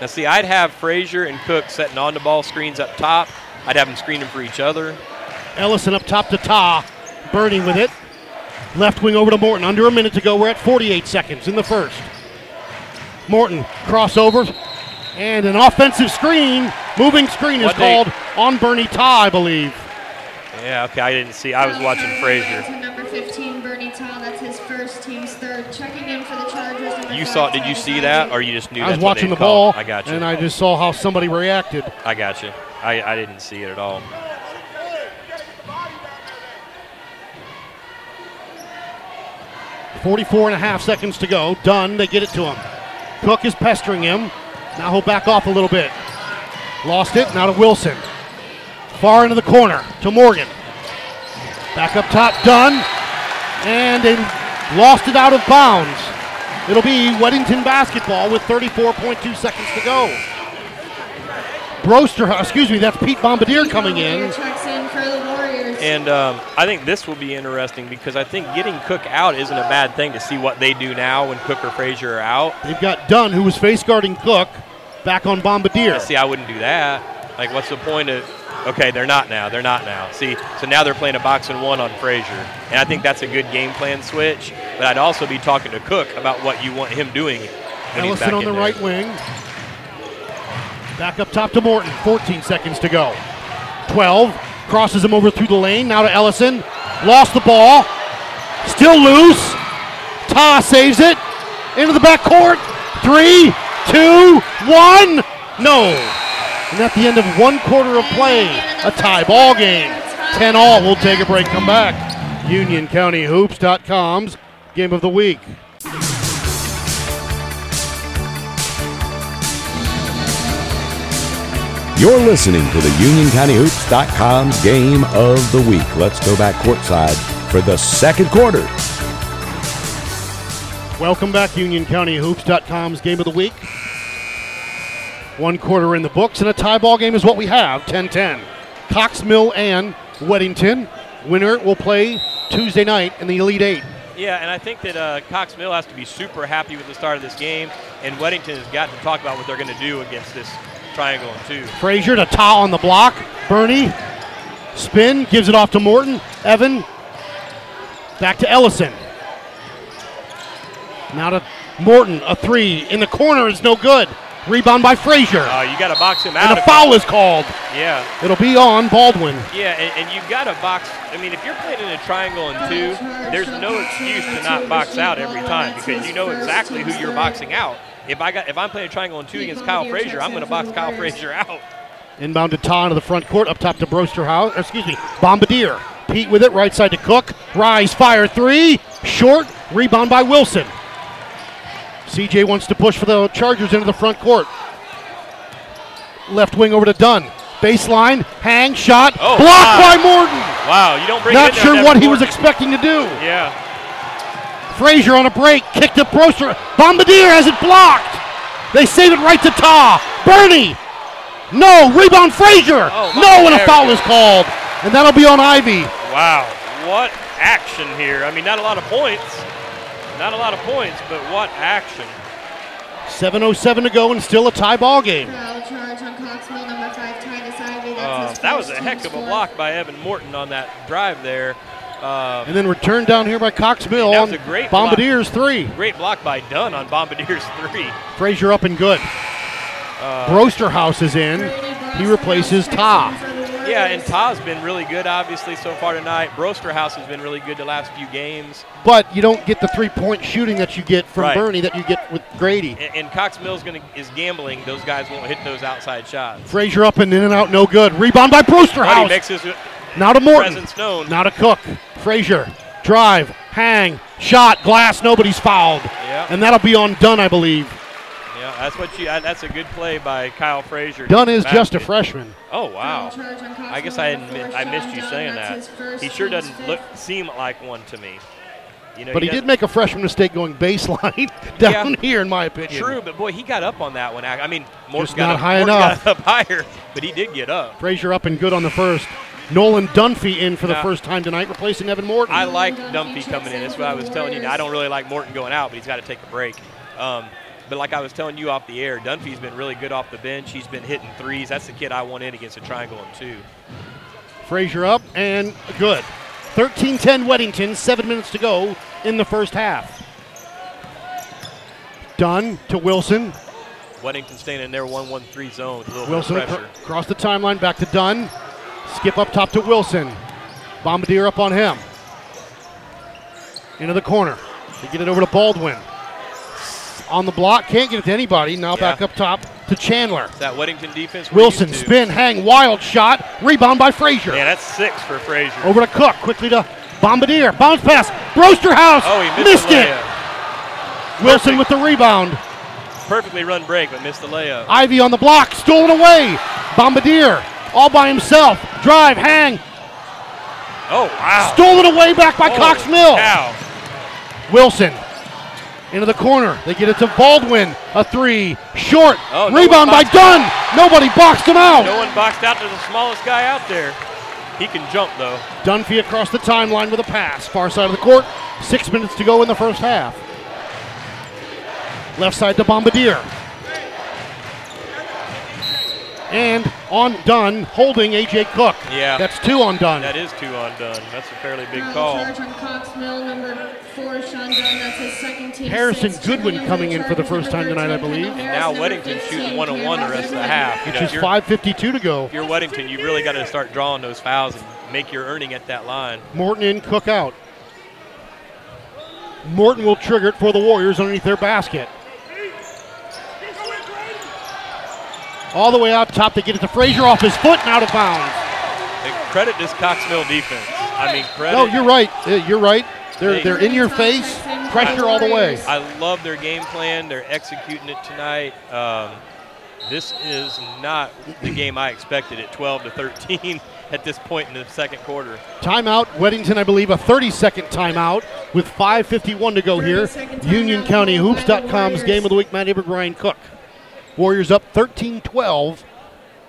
S3: Now, see, I'd have Frazier and Cook setting on the ball screens up top. I'd have them screening for each other.
S2: Ellison up top to Ta. Birdie with it. Left wing over to Morton. Under a minute to go. We're at 48 seconds in the first. Morton crossover and an offensive screen. Moving screen is
S3: What they-
S2: called on Bernie Ta, I believe.
S3: Yeah, okay, I didn't see. I was watching Frazier.
S5: To number 15, Bernie Tao. That's his first team's third. Checking in for the Chargers. number
S3: You
S5: five,
S3: saw? Did you
S5: Travis
S3: see that,
S5: Ivey.
S3: or you just knew?
S2: I was
S3: that's what
S2: watching
S3: they
S2: the ball,
S3: called? I got you.
S2: and I just saw how somebody reacted.
S3: I got you. I, I didn't see it at all.
S2: Forty-four and a half seconds to go. Done. They get it to him. Cook is pestering him. Now he'll back off a little bit. Lost it. Now to Wilson. Far into the corner to Morgan. Back up top. Done. And they lost it out of bounds. It'll be Weddington basketball with 34.2 seconds to go. Broster, excuse me, that's Pete Bombardier coming in.
S5: Checks in for the Warriors.
S3: And um, I think this will be interesting because I think getting Cook out isn't a bad thing to see what they do now when Cook or Frazier are out.
S2: They've got Dunn, who was face guarding Cook, back on Bombardier.
S3: See, I wouldn't do that. Like, what's the point of? Okay, they're not now. They're not now. See, so now they're playing a box and one on Frazier, and I think that's a good game plan switch. But I'd also be talking to Cook about what you want him doing. When he's back
S2: Ellison on
S3: in
S2: the
S3: there.
S2: right wing. Back up top to Morton. 14 seconds to go. 12. Crosses him over through the lane. Now to Ellison. Lost the ball. Still loose. Ta saves it. Into the backcourt. Three, two, one. No. And at the end of one quarter of play, a tie ball game. 10 all. We'll take a break. Come back. UnionCountyHoops.com's game of the week.
S1: You're listening to the UnionCountyHoops.com's Game of the Week. Let's go back courtside for the second quarter.
S2: Welcome back, Union County Hoops.com's game of the week. One quarter in the books, and a tie ball game is what we have 10 10. Cox Mill and Weddington. Winner will play Tuesday night in the Elite Eight.
S3: Yeah, and I think that uh, Cox Mill has to be super happy with the start of this game, and Weddington has got to talk about what they're going to do against this triangle and two.
S2: Frazier to Ta on the block. Bernie, spin, gives it off to Morton. Evan, back to Ellison. Now to Morton, a three in the corner is no good. Rebound by Frazier.
S3: Uh, you got to box him out.
S2: And a
S3: if-
S2: foul is called.
S3: Yeah,
S2: It'll be on Baldwin.
S3: yeah, and, and you've got to box. I mean, if you're playing in a triangle and two, there's no excuse to not box out every time because you know exactly who you're boxing out. If I got, if I'm playing a triangle and two against Kyle Frazier, I'm going to box Kyle Frazier out.
S2: Inbound to Ta into the front court, up top to Broster House, or excuse me, Bombardier. Pete with it, right side to Cook. Rise, fire three, short, rebound by Wilson. CJ wants to push for the Chargers into the front court. Left wing over to Dunn. Baseline, hang, shot,
S3: Oh,
S2: blocked
S3: wow.
S2: by Morton.
S3: Wow, you don't bring.
S2: Not
S3: it in
S2: sure
S3: there,
S2: what he
S3: Devin
S2: was
S3: Gordon.
S2: expecting to do.
S3: yeah,
S2: Frazier on a break, kicked to Broster. Bombardier has it blocked. They save it right to Ta. Bernie. No, rebound Frazier.
S3: Oh, my
S2: no, and a
S3: goodness.
S2: foul is called. And that'll be on Ivy.
S3: wow, what action here! I mean, not a lot of points, not a lot of points, but what action!
S2: 7.07 to go and still a tie ball game.
S5: Foul charge on Cox Mill, number five, Titus Ivy. That's
S3: Uh,
S5: his
S3: that was a
S5: first
S3: heck
S5: team's
S3: of a
S5: fourth.
S3: block by Evan Morton on that drive there. Uh,
S2: And then returned down here by Cox Mill
S3: That
S2: on
S3: was a great block.
S2: Bombardier's three.
S3: great block by Dunn on Bombardier's [laughs] three.
S2: Frazier up and good.
S3: Uh,
S2: Brosterhouse is in. He replaces Ta.
S3: Yeah, and Ta's been really good, obviously, so far tonight. Brosterhouse has been really good the last few games.
S2: But you don't get the three-point shooting that you get from
S3: Right.
S2: Bernie that you get with Grady.
S3: And, and Cox Mills gonna, is gambling. Those guys won't hit those outside shots.
S2: Frazier up and in and out, no good. Rebound by
S3: But he
S2: Brosterhouse.
S3: makes his uh,
S2: Now to Morton.
S3: presence known.
S2: Now to Cook. Frazier. Drive. Hang. Shot. Glass. Nobody's fouled.
S3: Yeah.
S2: And that'll be on Dunn, I believe.
S3: Yeah, that's what you. That's a good play by Kyle Frazier.
S2: Dunn is
S3: Basket.
S2: just a freshman.
S3: Oh
S5: Foul
S3: wow.
S5: charge on Cox Mill,
S3: I guess I
S5: number
S3: admit,
S5: four,
S3: I missed
S5: Sean
S3: you
S5: Dunn.
S3: saying
S5: That's
S3: that.
S5: his first
S3: He sure
S5: team's
S3: doesn't
S5: fifth.
S3: look seem like one to me. You know,
S2: But he
S3: doesn't-
S2: did make a freshman mistake going baseline [laughs] down
S3: Yeah.
S2: here, in my opinion.
S3: True, but boy, he got up on that one. I I mean, Morton
S2: Just
S3: got
S2: not
S3: up, [laughs]
S2: high
S3: Morton
S2: enough.
S3: Got up higher, but he did get up.
S2: Frazier up and good on the first. Nolan Dunphy in for the
S3: Yeah.
S2: first time tonight, replacing Evan Morton.
S3: I like Dumpy coming in. That's what I was telling you. I don't really like Morton going out, but he's got to take a break. Um, but like I was telling you off the air, Dunphy's been really good off the bench. He's been hitting threes. That's the kid I want in against a triangle and two.
S2: Frazier up and good. 13 10 Weddington, seven minutes to go in the first half. Dunn to Wilson.
S3: Weddington staying in their 1 1 3 zone with a little
S2: Wilson
S3: bit of pressure.
S2: acro- across the timeline, back to Dunn. Skip up top to Wilson. Bombardier up on him. Into the corner. They get it over to Baldwin. On the block, can't get it to anybody. Now back
S3: Yeah.
S2: up top to Chandler.
S3: It's that Weddington defense. we're
S2: Wilson,
S3: used to.
S2: spin, hang, wild shot. Rebound by Frazier.
S3: Man, that's six for Frazier.
S2: Over to Cook, quickly to Bombardier. Bounce pass. Brosterhouse
S3: Oh, he missed, the
S2: it.
S3: layup.
S2: Wilson with the rebound.
S3: Perfectly run break, but missed the layup.
S2: Ivy on the block, stolen away. Bombardier all by himself. Drive, hang,
S3: Oh, wow.
S2: stolen away back Ah. by
S3: Holy
S2: Cox Mill.
S3: cow.
S2: Wilson into the corner. They get it to Baldwin. A three, short.
S3: Oh, no
S2: Rebound by
S3: one boxed
S2: Dunn. Nobody boxed him out.
S3: No one boxed out to the smallest guy out there. He can jump, though.
S2: Dunphy across the timeline with a pass. Far side of the court. Six minutes to go in the first half. Left side to Bombardier. And on Dunn, holding AJ Cook.
S3: Yeah.
S2: That's two on Dunn.
S3: That is two on Dunn. That's a fairly big
S5: Now the
S3: call.
S5: Uh, Charge on Cox Mill, number four, Sean Dunn. That's his second team.
S2: Harrison
S5: assist.
S2: Goodwin
S5: Turning
S2: coming
S5: over
S2: in
S5: the
S2: for the
S5: charge is
S2: first
S5: number
S2: time tonight, I
S5: 13,
S2: believe.
S5: Kendall
S3: And now
S5: Harris, number
S3: Weddington
S5: 15,
S3: shooting one on one the rest of the half. You
S2: Which
S3: know,
S2: is
S3: you're-
S2: 5.52 to go.
S3: If you're Weddington, you really got to start drawing those fouls and make your earning at that line.
S2: Morton in, Cook out. Morton will trigger it for the Warriors underneath their basket. All the way out top, they get it to Frazier off his foot and out of bounds.
S3: And credit this Coxville defense. I mean, credit.
S2: No, you're right. Yeah, You're right. They're
S3: Hey.
S2: they're in your face, pressure all the way.
S3: I love their game plan. They're executing it tonight. Um, this is not the game I expected at 12 to 13 [laughs] at this point in the second quarter.
S2: Timeout, Weddington, I believe, a 30-second timeout with 5:51 to go here.
S5: 30-second timeout by
S2: UnionCountyHoops.com's
S5: the
S2: game of the week. Matt Abert, Brian Cook. Warriors up 13-12,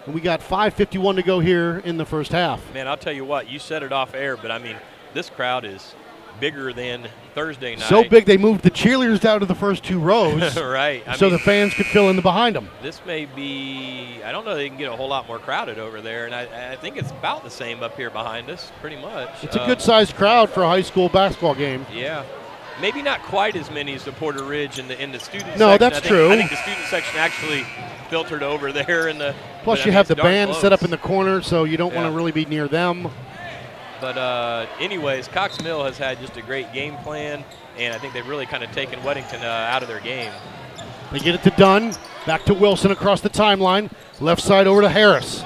S2: and we got 5:51 to go here in the first half.
S3: Man, I'll tell you what, you said it off air, but I mean, this crowd is bigger than Thursday night.
S2: So big they moved the cheerleaders down to the first two rows,
S3: [laughs] right. I
S2: so
S3: mean,
S2: the fans could fill in the behind them.
S3: this may be, I don't know, they can get a whole lot more crowded over there, and I, I think it's about the same up here behind us, pretty much.
S2: It's a
S3: Um,
S2: good sized crowd for a high school basketball game.
S3: Yeah. Maybe not quite as many as the Porter Ridge and the in the student
S2: No,
S3: section.
S2: that's
S3: I think,
S2: true.
S3: I think the student section actually filtered over there in the
S2: Plus, you
S3: but, I mean,
S2: have
S3: it's
S2: the
S3: darn
S2: band
S3: close.
S2: set up in the corner, so you don't want to
S3: Yeah.
S2: really be near them.
S3: But uh, anyways, Cox Mill has had just a great game plan and I think they've really kind of taken Weddington uh, out of their game.
S2: They get it to Dunn. Back to Wilson across the timeline. Left side over to Harris.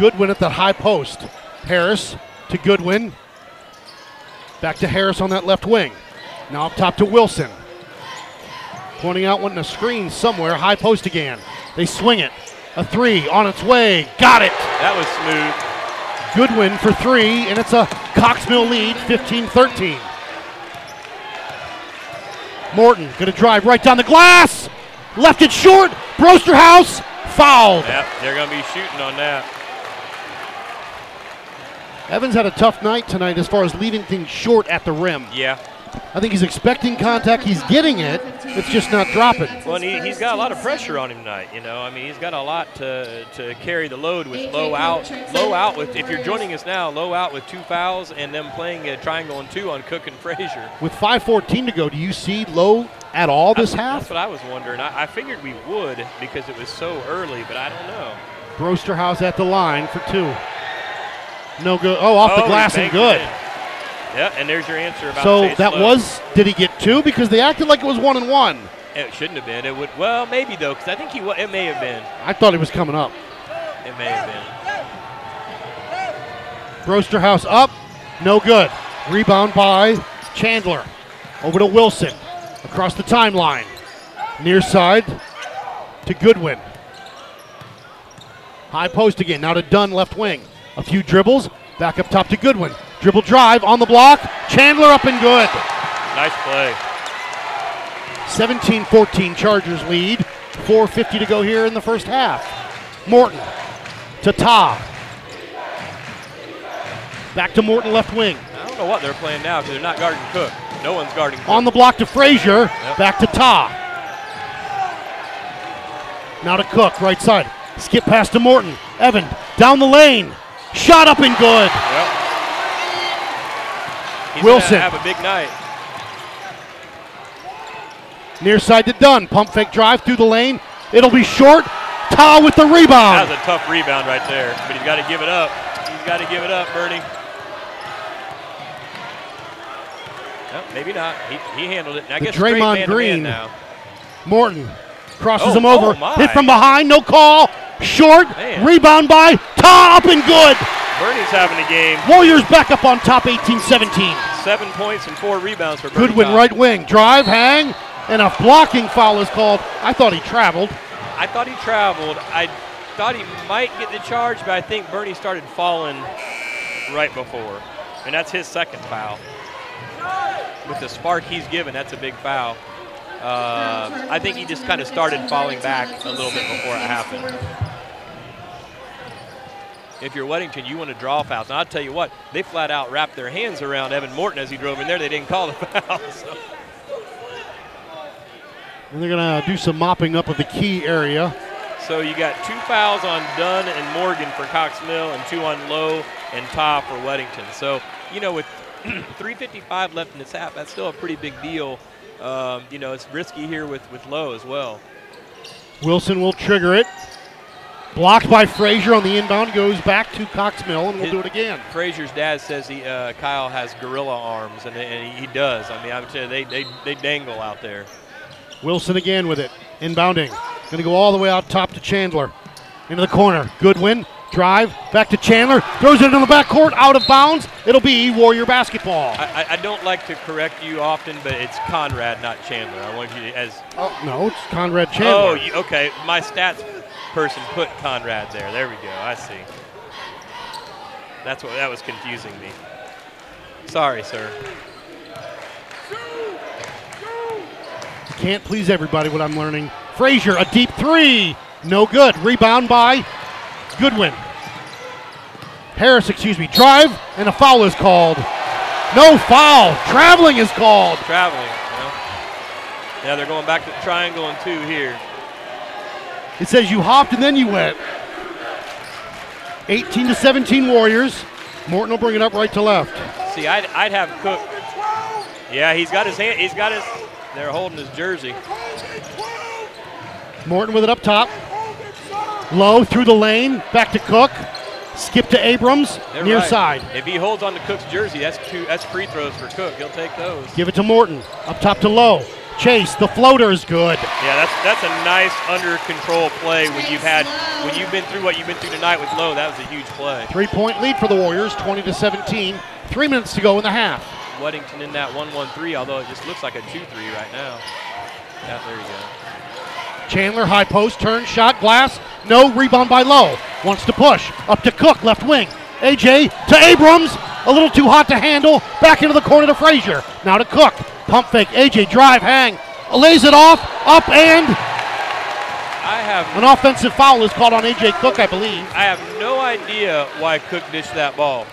S2: Goodwin at the high post. Harris to Goodwin. Back to Harris on that left wing. Now up top to Wilson. Pointing out one in a screen somewhere. High post again. They swing it. A three on its way. Got it.
S3: That was smooth.
S2: Goodwin for three, and it's a Coxmill lead, 15 13. Morton going to drive right down the glass. Left it short. Brosterhouse fouled.
S3: Yep, they're going to be shooting on that.
S2: Evans had a tough night tonight as far as leaving things short at the rim.
S3: Yeah.
S2: I think he's expecting contact. He's getting it. It's just not dropping.
S3: Well, and he, he's got a lot of pressure on him tonight. You know, I mean, he's got a lot to, to carry the load with low out, low out with. If you're joining us now, low out with two fouls and them playing a triangle and two on Cook and Frazier.
S2: With 5.14 to go, do you see low at all this
S3: That's
S2: half?
S3: what I was wondering. I, I figured we would because it was so early, but I don't know.
S2: Brosterhouse at the line for two. No good. Oh, off
S3: Oh,
S2: the
S3: he
S2: glass and
S3: banked it
S2: good.
S3: in. Yeah, and there's your answer about.
S2: So
S3: Chase
S2: that
S3: Lowe.
S2: was. Did he get two? Because they acted like it was one and one.
S3: It shouldn't have been. It would. Well, maybe though, because I think he. wa- It may have been.
S2: I thought he was coming up.
S3: It may have been.
S2: Brosterhouse up, no good. Rebound by Chandler. Over to Wilson. Across the timeline. Near side to Goodwin. High post again. Now to Dunn, left wing. A few dribbles. Back up top to Goodwin. Dribble drive on the block. Chandler up and good.
S3: Nice play.
S2: 17 14 Chargers lead. 4.50 to go here in the first half. Morton to Ta. Back to Morton, left wing.
S3: I don't know what they're playing now because they're not guarding Cook. No one's guarding Cook.
S2: On the block to Frazier.
S3: Yep.
S2: Back to Ta. Now to Cook, right side. Skip pass to Morton. Evan down the lane. Shot up and good.
S3: Yep. He's gonna
S2: Wilson.
S3: have a big night.
S2: Near side to Dunn. Pump fake drive through the lane. It'll be short. Ta with the
S3: That
S2: rebound.
S3: was a tough rebound right there, but he's got to give it up. He's got to give it up, Bernie. Nope, maybe not. He, he handled it. And I
S2: The
S3: guess straight
S2: Draymond
S3: man-to-man
S2: Green.
S3: now.
S2: Morton crosses
S3: Oh,
S2: him over.
S3: oh my.
S2: Hit from behind. No call. Short.
S3: Man.
S2: Rebound by Ta up and good.
S3: Bernie's having a game.
S2: Warriors back up on top 18 17.
S3: Seven points and four rebounds for Bernie.
S2: Goodwin
S3: Todd.
S2: right wing. Drive, hang, and a blocking foul is called. I thought he traveled.
S3: I thought he traveled. I thought he might get the charge, but I think Bernie started falling right before. And that's his second foul. With the spark he's given, that's a big foul. Uh, I think he just kind of started falling back a little bit before it happened. If you're Weddington, you want to draw fouls. And I'll tell you what, they flat out wrapped their hands around Evan Morton as he drove in there. They didn't call the [laughs] foul. So.
S2: And they're going to do some mopping up of the key area.
S3: So you got two fouls on Dunn and Morgan for Cox Mill, and two on Lowe and Ta for Weddington. So you know, with [clears throat] 3:55 left in this half, that's still a pretty big deal. Um, you know, it's risky here with with Lowe as well.
S2: Wilson will trigger it. Blocked by Frazier on the inbound, goes back to Coxmill, and we'll do it again.
S3: Frazier's dad says he uh, Kyle has gorilla arms, and, and he does. I mean, I'm telling you, they, they they dangle out there.
S2: Wilson again with it. Inbounding. Going to go all the way out top to Chandler. Into the corner. Goodwin. Drive. Back to Chandler. Throws it into the backcourt. Out of bounds. It'll be Warrior basketball.
S3: I, I, I don't like to correct you often, but it's Conrad, not Chandler. I want you to, as
S2: oh, no, it's Conrad
S3: oh,
S2: Chandler.
S3: you, okay. My stats person put Conrad there. There we go. I see. That's what that was confusing me. Sorry, sir.
S2: Can't please everybody what I'm learning. Frazier, a deep three. No good. Rebound by Goodwin. Harris, excuse me. Drive, and a foul is called. No foul. Traveling is called.
S3: Traveling. You know? Yeah, they're going back to triangle and two here.
S2: It says you hopped and then you went. 18 to 17 Warriors. Morton will bring it up right to left.
S3: See, I'd, I'd have Cook. Yeah, he's got his hand. He's got his. They're holding his jersey.
S2: Morton with it up top. Low through the lane. Back to Cook. Skip to Abrams.
S3: They're
S2: near
S3: right.
S2: side.
S3: If he holds on to Cook's jersey, that's two. That's free throws for Cook. He'll take those.
S2: Give it to Morton. Up top to Low. Chase. The floater is good.
S3: Yeah, that's that's a nice under control play when you've had when you've been through what you've been through tonight with Lowe. That was a huge play.
S2: Three point lead for the Warriors, 20 to 17. Three minutes to go in the half.
S3: Weddington in that 1-1-3, although it just looks like a 2-3 right now. Yeah, there you go.
S2: Chandler, high post, turn, shot, glass, no, rebound by Lowe. Wants to push, up to Cook, left wing. AJ to Abrams, a little too hot to handle, back into the corner to Frazier. Now to Cook, pump fake, AJ drive, hang, lays it off, up and
S3: I have
S2: an offensive foul is called on AJ Cook, I believe.
S3: I have no idea why Cook dished that ball.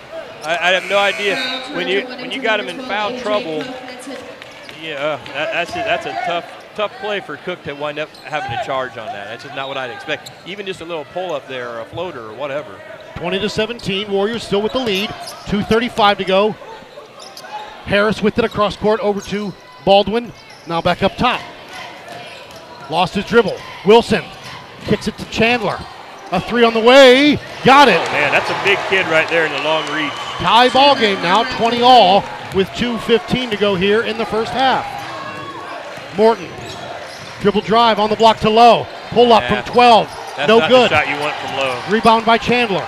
S3: I, I have no idea when you when you got him in foul trouble. Yeah, uh, that, that's a, that's a tough tough play for Cook to wind up having a charge on that. That's just not what I'd expect. Even just a little pull up there or a floater or whatever.
S2: 20 to 17, Warriors still with the lead, 2.35 to go. Harris with it across court over to Baldwin, now back up top. Lost his dribble. Wilson kicks it to Chandler. A three on the way. Got
S3: Oh
S2: it.
S3: man, that's a big kid right there in the long reach.
S2: Tie ball game now, 20 all, with 2.15 to go here in the first half. Morton, dribble drive on the block to low. Pull up
S3: Yeah.
S2: from 12.
S3: That's
S2: no
S3: not
S2: good.
S3: the shot you want from Lowe.
S2: Rebound by Chandler.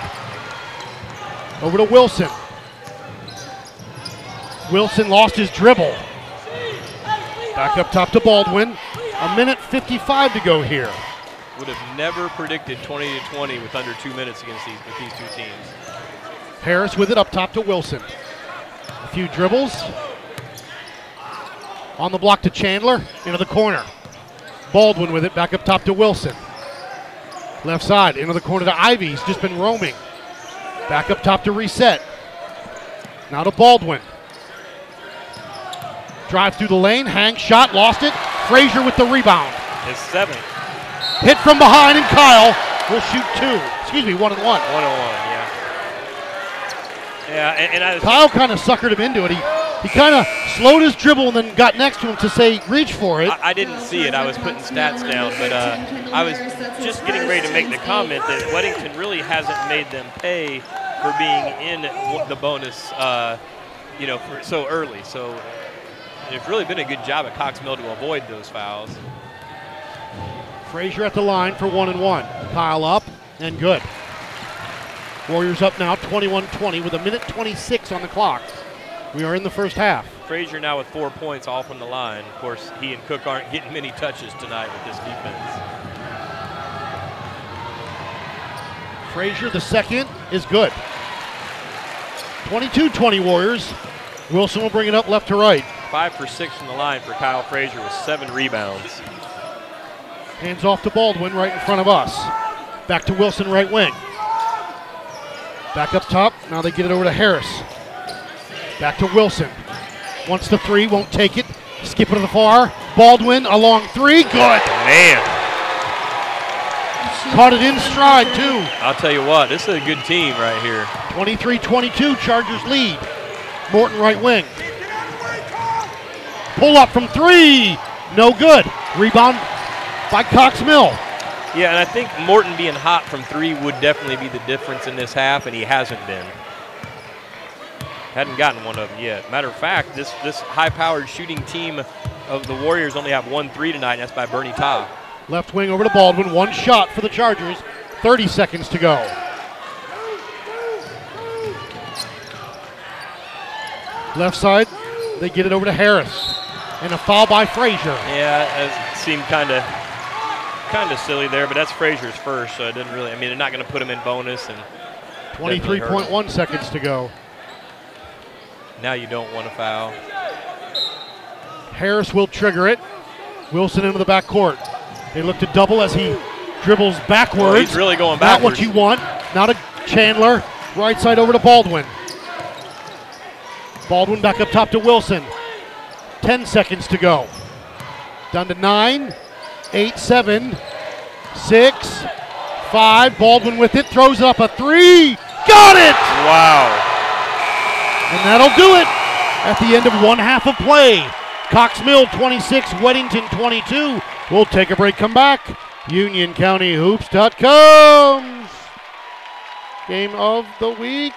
S2: Over to Wilson. Wilson lost his dribble. Back up top to Baldwin. A minute 55 to go here.
S3: Would have never predicted 20 to 20 with under two minutes against these with these two teams.
S2: Harris with it up top to Wilson. A few dribbles. On the block to Chandler. Into the corner. Baldwin with it back up top to Wilson. Left side, into the corner to Ivy. He's just been roaming. Back up top to reset. Now to Baldwin. Drive through the lane, hang shot, lost it. Frazier with the rebound.
S3: It's seven.
S2: Hit from behind, and Kyle will shoot two. Excuse me, one and one.
S3: One on one, yeah. Yeah, and, and I was
S2: Kyle kind of suckered him into it. He he kind of slowed his dribble and then got next to him to say, reach for it.
S3: I, I didn't see it. I was putting stats down, but uh, I was just getting ready to make the comment that Weddington really hasn't made them pay for being in w- the bonus, uh, you know, for so early. So it's really been a good job at Cox Mill to avoid those fouls.
S2: Frazier at the line for one and one. Kyle up and good. Warriors up now 21 20 with a minute 26 on the clock. We are in the first half.
S3: Frazier now with four points, all from the line. Of course, he and Cook aren't getting many touches tonight with this defense.
S2: Frazier, the second, is good. 22 20 Warriors. Wilson will bring it up left to right.
S3: Five for six from the line for Kyle Frazier with seven rebounds.
S2: Hands off to Baldwin right in front of us. Back to Wilson, right wing. Back up top. Now they get it over to Harris. Back to Wilson. Wants the three, won't take it. Skip it to the far. Baldwin, a long three. Good.
S3: Man,
S2: Caught it in stride, too.
S3: I'll tell you what, this is a good team right here.
S2: 23 22, Chargers lead. Morton right wing. Pull up from three. No good. Rebound by Cox Mill.
S3: Yeah, and I think Morton being hot from three would definitely be the difference in this half, and he hasn't been. Hadn't gotten one of them yet. Matter of fact, this this high-powered shooting team of the Warriors only have one three tonight, and that's by Bernie Todd.
S2: Left wing over to Baldwin. One shot for the Chargers. 30 seconds to go. Left side, they get it over to Harris. And a foul by Frazier.
S3: Yeah, it seemed kind of kind of silly there, but that's Frazier's first, so it didn't really. I mean, they're not going to put him in bonus, and
S2: 23.1 seconds to go.
S3: now you don't want to foul.
S2: Harris will trigger it. Wilson into the back court. They look to double as he dribbles backwards.
S3: Well, he's really going
S2: Not what
S3: backwards.
S2: you want. Not a Chandler. Right side over to Baldwin. Baldwin back up top to Wilson. 10 seconds to go. Down to 9, 8, 7, 6, 5. Baldwin with it. Throws up a 3. Got it!
S3: Wow.
S2: And that'll do it at the end of one half of play. Cox Mill 26, Weddington 22. We'll take a break, come back. UnionCountyHoops.com. Game of the week.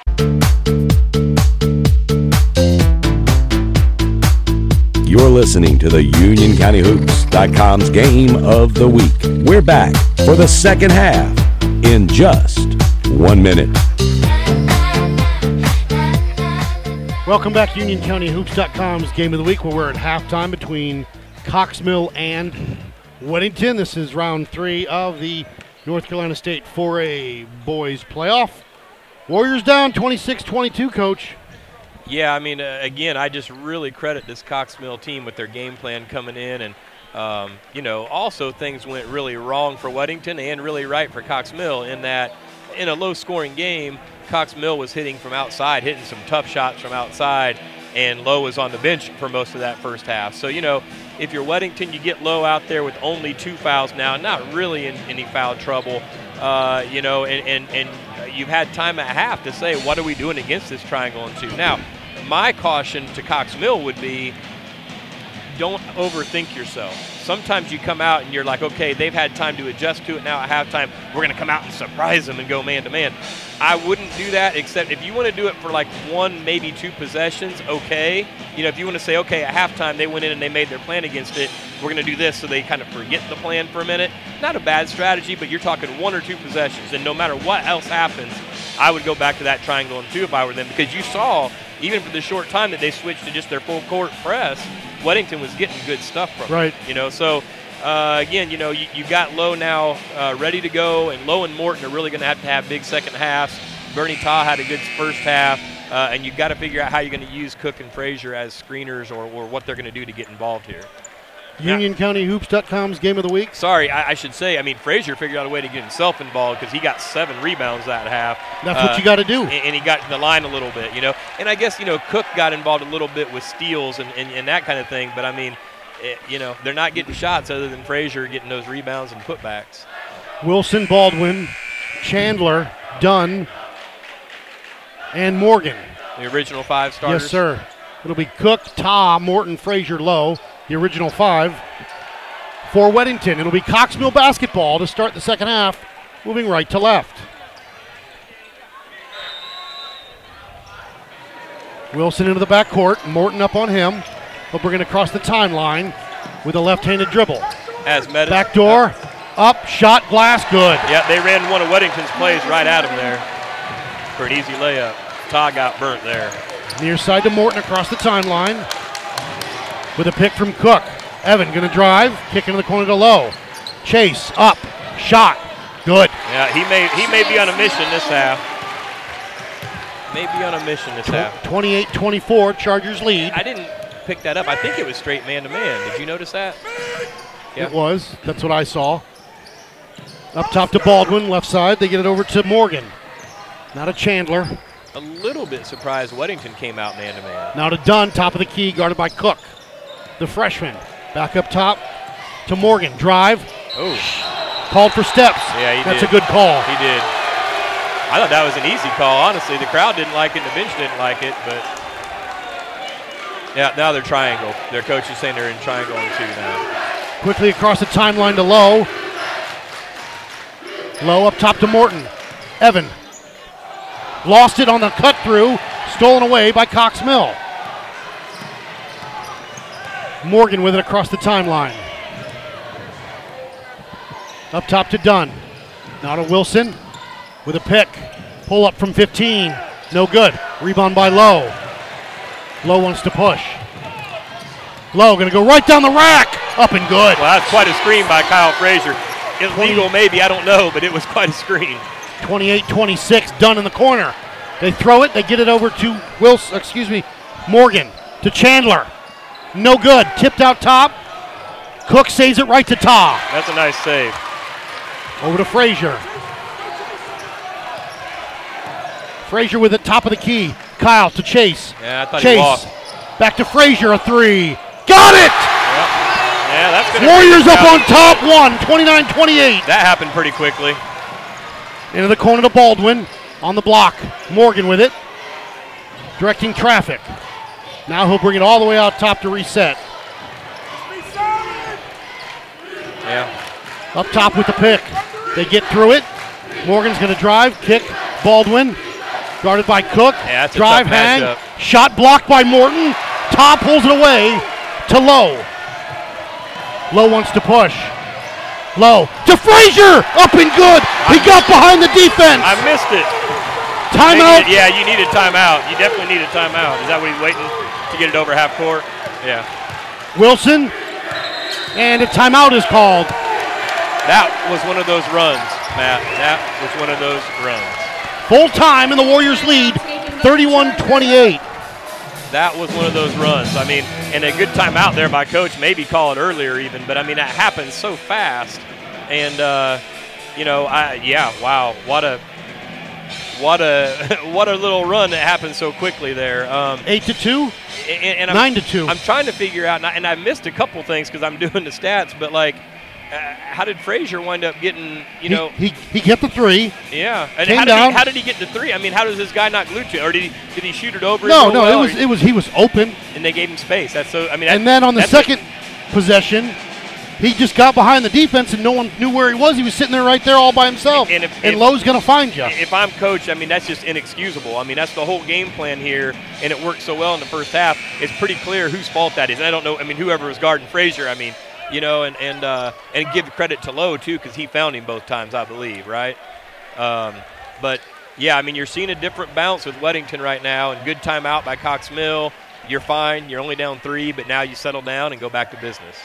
S1: You're listening to the Union County Hoops.com's game of the week. We're back for the second half in just one minute.
S2: Welcome back, UnionCountyHoops.com's Game of the Week, where we're at halftime between Cox Mill and Weddington. This is round three of the North Carolina State 4A Boys Playoff. Warriors down 26 22, coach.
S3: Yeah, I mean, uh, again, I just really credit this Cox Mill team with their game plan coming in, and um, you know, also things went really wrong for Weddington and really right for Cox Mill in that in a low-scoring game, Cox Mill was hitting from outside, hitting some tough shots from outside, and Lowe was on the bench for most of that first half. So you know, if you're Weddington, you get Lowe out there with only two fouls now, not really in any foul trouble, uh, you know, and and and you've had time at half to say what are we doing against this triangle and two. Now, my caution to Cox Mill would be don't overthink yourself. Sometimes you come out and you're like, okay, they've had time to adjust to it now at halftime. We're going to come out and surprise them and go man to man. I wouldn't do that, except if you want to do it for like one, maybe two possessions, okay. You know, if you want to say, okay, at halftime they went in and they made their plan against it, we're going to do this so they kind of forget the plan for a minute. Not a bad strategy, but you're talking one or two possessions. And no matter what else happens, I would go back to that triangle and two if I were them because you saw, even for the short time that they switched to just their full court press, Weddington was getting good stuff from. him,
S2: Right.
S3: You know, so uh, again, you know, you, you got Lowe now uh, ready to go, and Lowe and Morton are really going to have to have big second halves. Bernie Ta had a good first half, uh, and you've got to figure out how you're going to use Cook and Frazier as screeners or, or what they're going to do to get involved here. Yeah.
S2: UnionCountyHoops.com's game of the week.
S3: Sorry, I, I should say. I mean, Frazier figured out a way to get himself involved because he got seven rebounds that half. Uh,
S2: That's what you gotta do.
S3: And, and he got in the line a little bit, you know. And I guess you know Cook got involved a little bit with steals and, and, and that kind of thing. But I mean, it, you know, they're not getting shots other than Frazier getting those rebounds and putbacks.
S2: Wilson, Baldwin, Chandler, Dunn, and Morgan.
S3: The original five starters.
S2: Yes, sir. It'll be Cook, Ta, Morton, Frazier, Lowe, the original five. For Weddington, it'll be Coxmill basketball to start the second half, moving right to left. Wilson into the backcourt, Morton up on him, but we're going to cross the timeline with a left-handed dribble.
S3: As Metis.
S2: Back door, up, shot, glass, good.
S3: Uh, Yeah, they ran one of Weddington's plays right at him there for an easy layup. Ta got burnt there.
S2: Near side to Morton across the timeline with a pick from Cook. Evan going to drive, kick into the corner to low. Chase up, shot, good.
S3: Yeah, he may he may be on a mission this half. May be on a mission this half.
S2: 28 24, Chargers lead.
S3: I didn't pick that up. I think it was straight man to man. Did you notice that? Yeah.
S2: It was. That's what I saw. Up top to Baldwin, left side. They get it over to Morgan. Now to Chandler.
S3: A little bit surprised Weddington came out man to man.
S2: Now to Dunn, top of the key, guarded by Cook, the freshman. Back up top to Morgan. Drive,
S3: Oh,
S2: called for steps.
S3: Yeah, he
S2: That's
S3: did.
S2: a good call.
S3: he did. I thought that was an easy call, honestly. The crowd didn't like it, and the bench didn't like it, but yeah, now they're triangle. Their coach is saying they're in triangle on two now.
S2: Quickly across the timeline to Low. Low up top to Morton. Evan lost it on the cut through, stolen away by Cox Mill. Morgan with it across the timeline. Up top to Dunn. Now to Wilson with a pick. Pull up from 15. No good. Rebound by Low. Low wants to push. Low gonna go right down the rack. Up and good.
S3: Well, that's quite a screen by Kyle Frazier. Illegal, maybe, I don't know, but it was [laughs] quite a screen.
S2: 28-26, Dunn in the corner. They throw it, they get it over to Wilson, excuse me, Morgan to Chandler. No good. Tipped out top. Cook saves it right to Ta.
S3: That's a nice save.
S2: Over to Frazier. Frazier with it top of the key. Kyle to Chase.
S3: Yeah, I thought he
S2: Chase.
S3: walked.
S2: Back to Frazier, a three. Got
S3: [laughs]
S2: it!
S3: Yeah, that's going to
S2: Warriors up on top one, 29-28.
S3: [laughs] That happened pretty quickly.
S2: Into the corner to Baldwin. On the block. Morgan with it. Directing traffic. Now he'll bring it all the way out top to reset.
S3: Yeah.
S2: Up top with the pick. They get through it. Morgan's going to drive, kick. Baldwin. Guarded by Cook.
S3: Yeah, that's a
S2: drive,
S3: tough
S2: hang.
S3: matchup.
S2: Shot blocked by Morton. Top pulls it away to Lowe. Lowe wants to push. Lowe to Frazier. Up and good. He got behind the defense.
S3: I missed it. They
S2: Timeout.
S3: needed- yeah, you need a timeout. You definitely need a timeout. Is that what he's waiting to get it over half court? Yeah.
S2: Wilson. And a timeout is called.
S3: That was one of those runs, Matt. That was one of those runs.
S2: Full time and the Warriors lead 31-28.
S3: That was one of those runs. I mean, and a good timeout there by coach. Maybe call it earlier even, but I mean that happened so fast, and uh, you know, I yeah, wow, what a what a [laughs] what a little run that happened so quickly there. Um,
S2: 8 to 2.
S3: and, and I'm,
S2: Nine to two.
S3: I'm trying to figure out, and I, and I missed a couple things because I'm [laughs] doing the stats, but like, uh, how did Frazier wind up getting? You know,
S2: he, he he kept the 3.
S3: yeah. And
S2: came
S3: how did,
S2: down.
S3: He, how did he get the three? I mean, how does this guy not glue to? it? Or did he did he shoot it over?
S2: No,
S3: his
S2: no,
S3: goal
S2: it
S3: well,
S2: was
S3: or-
S2: it was he was open.
S3: and they gave him space. That's so. I mean,
S2: And
S3: that-
S2: then on the
S3: that's what-
S2: second possession, he just got behind the defense and no one knew where he was. He was sitting there right there all by himself.
S3: And if- if-
S2: Lowe's going to find you.
S3: if I'm coach, I mean that's just inexcusable. I mean that's the whole game plan here, and it worked so well in the first half. It's pretty clear whose fault that is. And I don't know. I mean whoever was guarding Frazier, I mean you know, and and uh, and give credit to Lowe too because he found him both times, I believe, right? Um, but yeah, I mean you're seeing a different bounce with Weddington right now, and good timeout by Cox Mill. You're fine. You're only down three, but now you settle down and go back to business.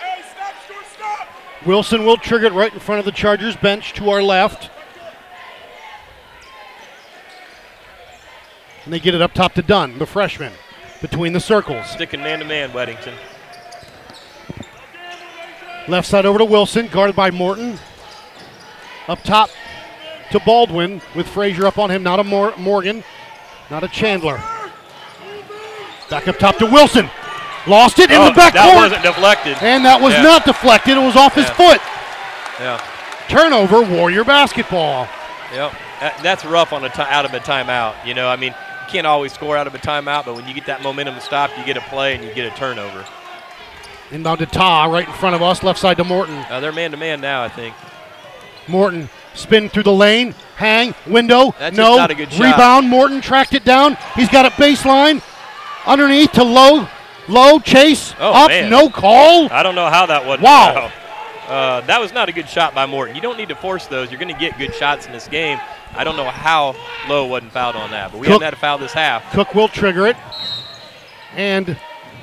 S2: Wilson will trigger it right in front of the Chargers bench to our left. And they get it up top to Dunn, the freshman, between the circles.
S3: Sticking man to man, Weddington.
S2: Left side over to Wilson, guarded by Morton. Up top to Baldwin with Frazier up on him. Not a Mor- Morgan, not a Chandler. Back up top to Wilson. Lost it in
S3: Oh,
S2: the
S3: That
S2: backcourt.
S3: wasn't deflected.
S2: And that was
S3: Yeah.
S2: not deflected. It was off his
S3: Yeah.
S2: foot.
S3: Yeah.
S2: Turnover, Warrior basketball.
S3: Yep. That, that's rough on a ti out of a timeout. You know, I mean, you can't always score out of a timeout, but when you get that momentum to stop, you get a play and you get a turnover.
S2: Inbound to Ta right in front of us, left side to Morton.
S3: Uh, they're man to man now, I think.
S2: Morton spin through the lane, hang, window,
S3: That's just
S2: no,
S3: not a good shot.
S2: rebound. Morton tracked it down. He's got it baseline, underneath to low, low chase,
S3: Oh,
S2: up,
S3: man.
S2: no call.
S3: I don't know how that was.
S2: Wow.
S3: Uh, that was not a good shot by Morton. You don't need to force those. You're going to get good shots in this game. I don't know how Lowe wasn't fouled on that, but we
S2: Cook.
S3: haven't had a foul this half.
S2: Cook will trigger it, and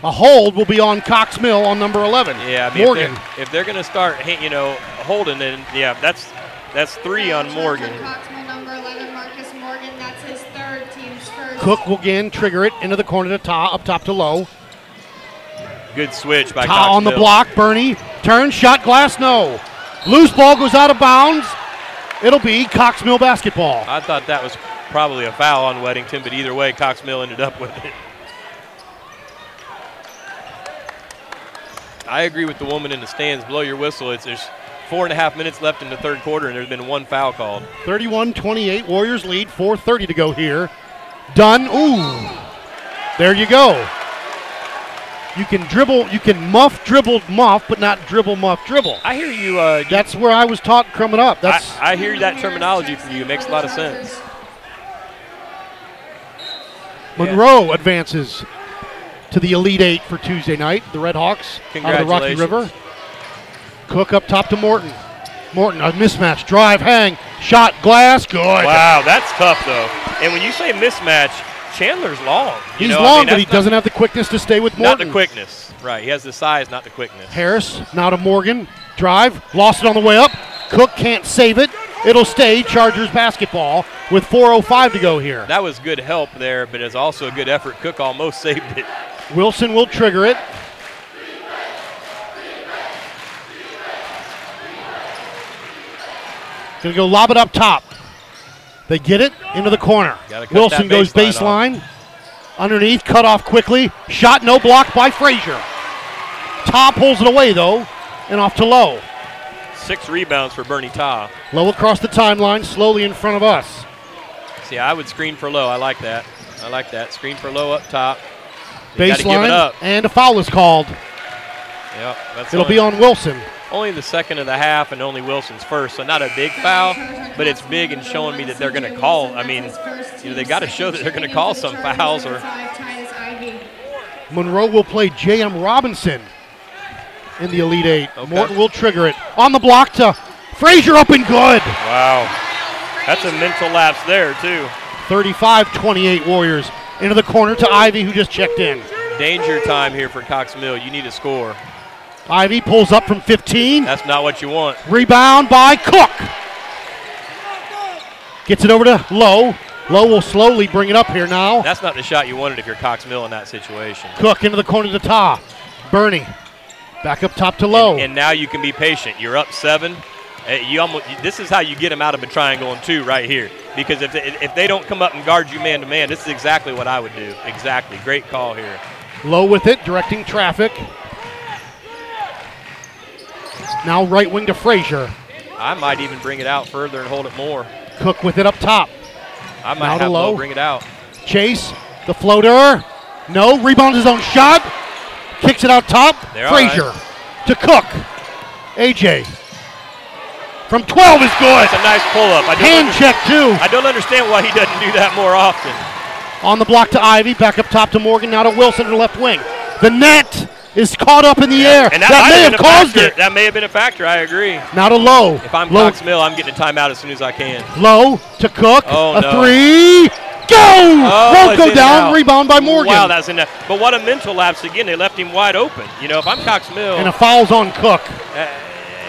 S2: a hold will be on Cox Mill on number 11.
S3: Yeah, I mean,
S2: Morgan.
S3: if they're, if they're going to start, hit- you know, holding, then yeah, that's that's three on Morgan.
S5: Coxman, number 11, Marcus Morgan. That's his third team's first.
S2: Cook will again trigger it into the corner to Ta, up top to low.
S3: Good switch by
S2: Ta on the
S3: Coxville.
S2: block. Bernie turn shot glass. No, loose ball goes out of bounds. It'll be Cox Mill basketball.
S3: I thought that was probably a foul on Weddington, but either way, Cox Mill ended up with it. I agree with the woman in the stands. Blow your whistle. It's there's four and a half minutes left in the third quarter, and there's been one foul called.
S2: 31-28, Warriors lead. 4:30 to go here. Done. Ooh, there you go. You can dribble. You can muff, dribble, muff, but not dribble, muff, dribble.
S3: I hear you. Uh, you-
S2: That's where I was taught coming up. That's
S3: I, I hear that terminology from you. It makes a lot of sense.
S2: Monroe advances to the Elite Eight for Tuesday night. The Red Hawks out of the Rocky
S3: Congratulations.
S2: River. Cook up top to Morton. Morton, a mismatch, drive, hang, shot, glass, good.
S3: Wow, that's tough though. And when you say mismatch, Chandler's long. you
S2: He's
S3: know, I
S2: long,
S3: mean,
S2: but
S3: that's
S2: he doesn't have the quickness to stay with
S3: Not, not
S2: Morton.
S3: the quickness, right? He has the size, not the quickness.
S2: Harris, now to Morgan, drive, lost it on the way up. Cook can't save it. It'll stay Chargers basketball with 4.05 to go here.
S3: That was good help there, but it's also a good effort. Cook almost [laughs] saved it.
S2: Wilson will trigger it. Gonna go lob it up top. They get it into the corner.
S3: Gotta cut
S2: Wilson
S3: that
S2: goes
S3: baseline
S2: baseline, underneath, cut off quickly. Shot no block by Frazier. Top pulls it away though, and off to Low.
S3: Six rebounds for Bernie Ta.
S2: Low across the timeline, slowly in front of us.
S3: See, I would screen for low. I like that. I like that. Screen for low up top. You gotta give it
S2: Baseline,
S3: up.
S2: and a foul is called.
S3: Yep. That's
S2: It'll
S3: only,
S2: be on Wilson.
S3: only the second of the half and only Wilson's first, so not a big foul, but it's big and showing me that they're going to call. I mean, you know, they got to show that they're going to call some fouls or
S2: Monroe will play J.M. Robinson in the Elite Eight.
S3: Okay.
S2: Morton will trigger it. On the block to Frazier up and good.
S3: Wow. That's a mental lapse there, too.
S2: 35 28 Warriors. Into the corner to Ivy, who just checked in.
S3: Danger time here for Cox Mill. You need a score.
S2: Ivy pulls up from 15.
S3: That's not what you want.
S2: Rebound by Cook. Gets it over to Lowe. Lowe will slowly bring it up here now.
S3: That's not the shot you wanted if you're Cox Mill in that situation.
S2: Cook into the corner to Ta. Bernie. Back up top to Lowe.
S3: And now you can be patient. You're up seven. Uh, You almost, this is how you get them out of a triangle and two right here. Because if they, if they don't come up and guard you man to man, this is exactly what I would do. Exactly. Great call here.
S2: Low with it, directing traffic. Now right wing to Frazier.
S3: I might even bring it out further and hold it more.
S2: Cook with it up top.
S3: I might
S2: Now to
S3: have Lowe
S2: Lowe.
S3: bring it out.
S2: Chase, the floater. No, rebounds his own shot. Kicks it out top.
S3: They're all
S2: Frazier to Cook. AJ from 12 is good.
S3: That's a nice pull up. I don't,
S2: Hand
S3: under-
S2: check too.
S3: I don't understand why he doesn't do that more often.
S2: On the block to Ivy. Back up top to Morgan. Now to Wilson to left wing. The net is caught up in the air.
S3: And
S2: that
S3: might
S2: may have
S3: been a
S2: caused
S3: factor.
S2: it.
S3: That may have been a factor. I agree.
S2: Now to Low.
S3: If I'm
S2: Low
S3: Cox Mill, I'm getting a timeout as soon as I can.
S2: Low to Cook.
S3: Oh,
S2: a
S3: no.
S2: three. Go!
S3: Oh,
S2: Won't
S3: it's in
S2: go
S3: and
S2: down.
S3: out.
S2: Rebound by Morgan.
S3: Wow, that's enough. But what a mental lapse again. They left him wide open. You know, if I'm Cox Mill,
S2: and a foul's on Cook.
S3: uh,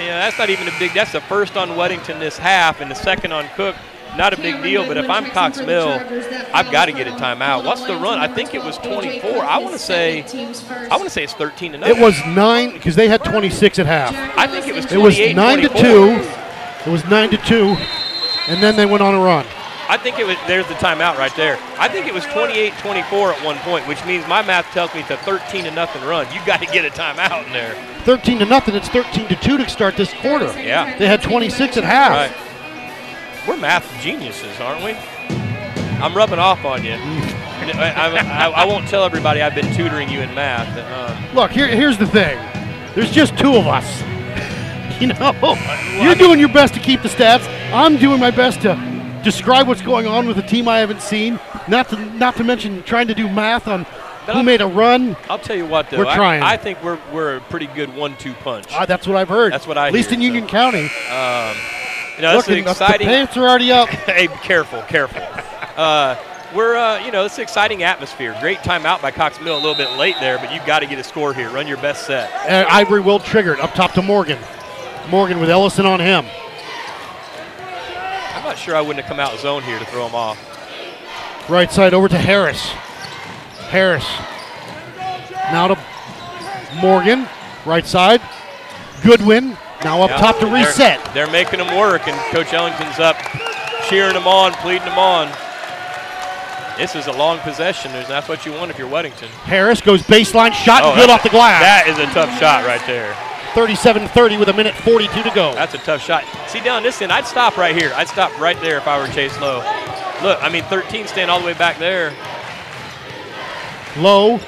S3: you know, that's not even a big. That's the first on Weddington this half, and the second on Cook. not a big deal, but if I'm Cox Mill, I've got to get a timeout. What's the run? I think it was 24. I want to say, I want to say it's 13 to nothing.
S2: It was nine because they had 26 at half.
S3: I think it was
S2: It was
S3: 28,
S2: nine to
S3: 24.
S2: two. It was nine to two, and then they went on a run.
S3: I think it was. There's the timeout right there. I think it was 28-24 at one point, which means my math tells me it's a 13 to nothing run. You got to get a timeout in there.
S2: 13 to nothing. It's 13 to two to start this quarter.
S3: Yeah.
S2: They had 26 at half.
S3: Right. We're math geniuses, aren't we? I'm rubbing off on you. I, I- I- I won't tell everybody I've been tutoring you in math. Um,
S2: Look, here, here's the thing. There's just two of us. [laughs] You know,
S3: I
S2: you're doing your best to keep the stats. I'm doing my best to describe what's going on with a team I haven't seen. Not to not to mention trying to do math on
S3: But
S2: who
S3: I'm-
S2: made a run.
S3: I'll tell you what, though.
S2: We're
S3: I-
S2: trying.
S3: I, think we're, we're a pretty good one-two punch.
S2: Ah, that's what I've heard.
S3: That's what I
S2: At least
S3: hear,
S2: in Union
S3: so.
S2: County.
S3: you know,
S2: Look,
S3: this is
S2: and the-
S3: exciting.
S2: The pants are already up. [laughs]
S3: [laughs] hey, be careful, careful. Uh, we're, uh, you know, it's an exciting atmosphere. Great timeout by Cox Mill a little bit late there, but you've got to get a score here. Run your best set.
S2: And Ivory will trigger it up top to Morgan. Morgan with Ellison on him.
S3: I'm not sure I wouldn't have come out zone here to throw him off.
S2: Right side over to Harris. Harris. Now to Morgan. Right side. Goodwin. Now up
S3: Yeah.
S2: top to
S3: They're-
S2: reset.
S3: They're, making them work, and Coach Ellington's up, cheering them on, pleading them on. This is a long possession, and that's what you want if you're Weddington.
S2: Harris goes baseline shot
S3: Oh,
S2: and good
S3: that's-
S2: off the glass.
S3: That is a tough shot right there.
S2: 37 30 with a minute 42 to go.
S3: That's a tough shot. See, down this end, I'd stop right here. I'd stop right there if I were Chase Lowe. Look, I mean, 13 stand all the way back there.
S2: Low.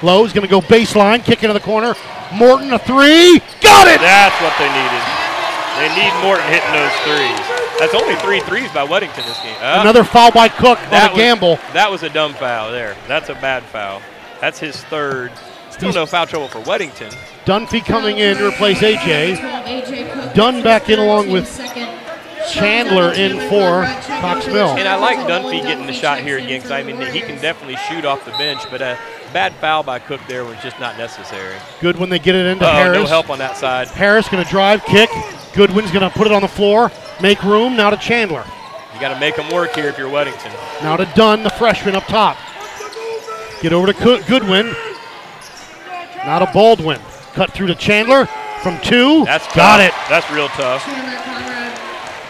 S2: Lowe's going to go baseline, kick into the corner. Morton a three. Got it!
S3: That's what they needed. They need Morton hitting those threes. That's only three threes by Weddington this game. Uh,
S2: Another foul by Cook on a
S3: was-
S2: gamble.
S3: That was a dumb foul there. That's a bad foul. That's his third. Still no foul trouble for Weddington.
S2: Dunphy coming in to replace AJ.
S5: AJ.
S2: Dunn back in along with Chandler
S5: Chandler
S2: in
S5: in
S2: for
S5: for
S2: Cox
S5: Cox
S2: Mill.
S5: Mill.
S3: And I like Dunphy getting the shot here again because I mean he can definitely shoot off the bench, but a bad foul by Cook there was just not necessary.
S2: Good when they get it into
S3: Oh,
S2: Harris.
S3: no help on that side.
S2: Harris going to drive, kick. Goodwin's going to put it on the floor, make room. Now to Chandler.
S3: You got to make him work here if you're Weddington.
S2: Now to Dunn, the freshman up top. Get over to Coo- Goodwin. Now to Baldwin. Cut through to Chandler from two.
S3: That's
S2: got
S3: tough.
S2: it.
S3: That's real tough.
S5: Chandler Conrad.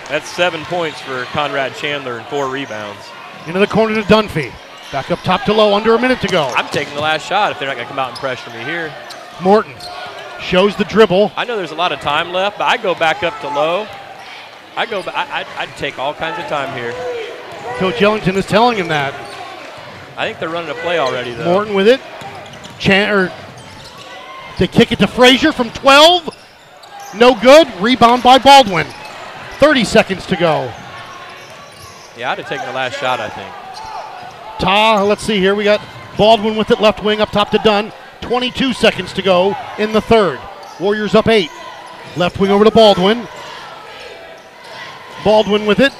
S3: That's seven points for Conrad Chandler and four rebounds.
S2: Into the corner to Dunphy. Back up top to low, under a minute to go.
S3: I'm taking the last shot if they're not going to come out and pressure me here.
S2: Morton shows the dribble.
S3: I know there's a lot of time left, but I go back up to low. I go. ba- I, I, I'd take all kinds of time here.
S2: Coach Ellington is telling him that.
S3: I think they're running a play already though.
S2: Morton with it. Chan- or they kick it to Frazier from 12. No good. Rebound by Baldwin. 30 seconds to go.
S3: Yeah, I'd have taken the last shot. I think.
S2: Ta, let's see here. We got Baldwin with it left wing up top to Dunn. 22 seconds to go in the third. Warriors up eight. Left wing over to Baldwin. Baldwin with it.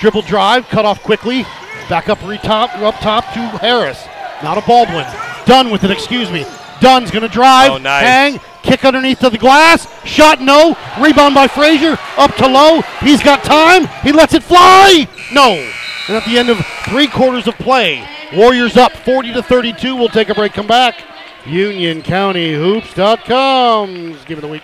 S2: Dribble drive, cut off quickly. Back up re top, up top to Harris. Now to Baldwin. Dunn with it, excuse me. Dunn's gonna drive.
S3: Oh, nice.
S2: Hang. Kick underneath to the glass. Shot no. Rebound by Frazier. Up to low. He's got time. He lets it fly. No. And at the end of three quarters of play, Warriors up 40 to 32. We'll take a break. Come back. UnionCountyHoops.com's Give it a week.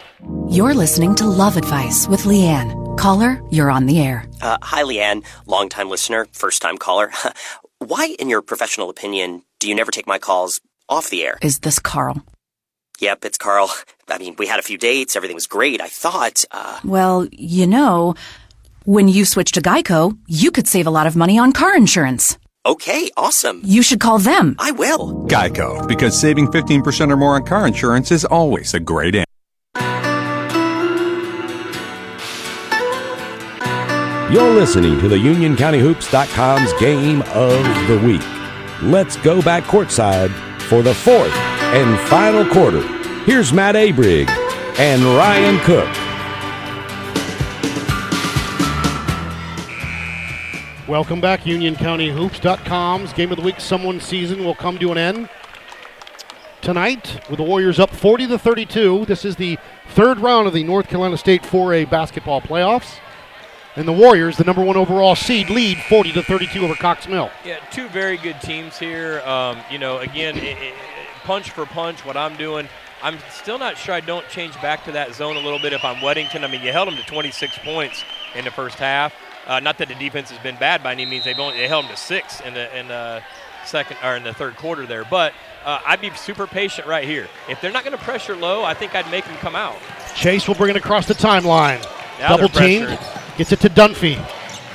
S6: You're listening to Love Advice with Leanne. Caller, you're on the air.
S7: Uh, hi, Leanne, longtime listener, first time caller. [laughs] Why, in your professional opinion, do you never take my calls off the air?
S6: Is this Carl?
S7: Yep, it's Carl. [laughs] I mean, we had a few dates, everything was great, I thought. Uh,
S6: Well, you know, when you switch to Geico, you could save a lot of money on car insurance.
S7: okay, awesome.
S6: You should call them.
S7: I will.
S8: Geico, because saving 15% or more on car insurance is always a great answer.
S1: You're listening to the UnionCountyHoops.com's Game of the Week. Let's go back courtside for the fourth and final quarter. Here's Matt Abrig and Ryan Cook.
S2: Welcome back, UnionCountyHoops.com's Game of the Week. Someone season will come to an end tonight with the Warriors up 40 to 32. This is the third round of the North Carolina State 4A basketball playoffs. And the Warriors, the number one overall seed, lead 40 to 32 over Cox Mill.
S3: Yeah, two very good teams here. Um, you know, again, it, it, punch for punch, what I'm doing. I'm still not sure I don't change back to that zone a little bit if I'm Weddington. I mean, you held them to 26 points in the first half. Uh, not that the defense has been bad by any means. They've only they held them to six in the in the second or in the third quarter there. But uh, I'd be super patient right here. If they're not going to pressure low, I think I'd make them come out.
S2: Chase will bring it across the timeline.
S3: Now
S2: Double
S3: they're
S2: teamed.
S3: pressured.
S2: Gets it to Dunphy.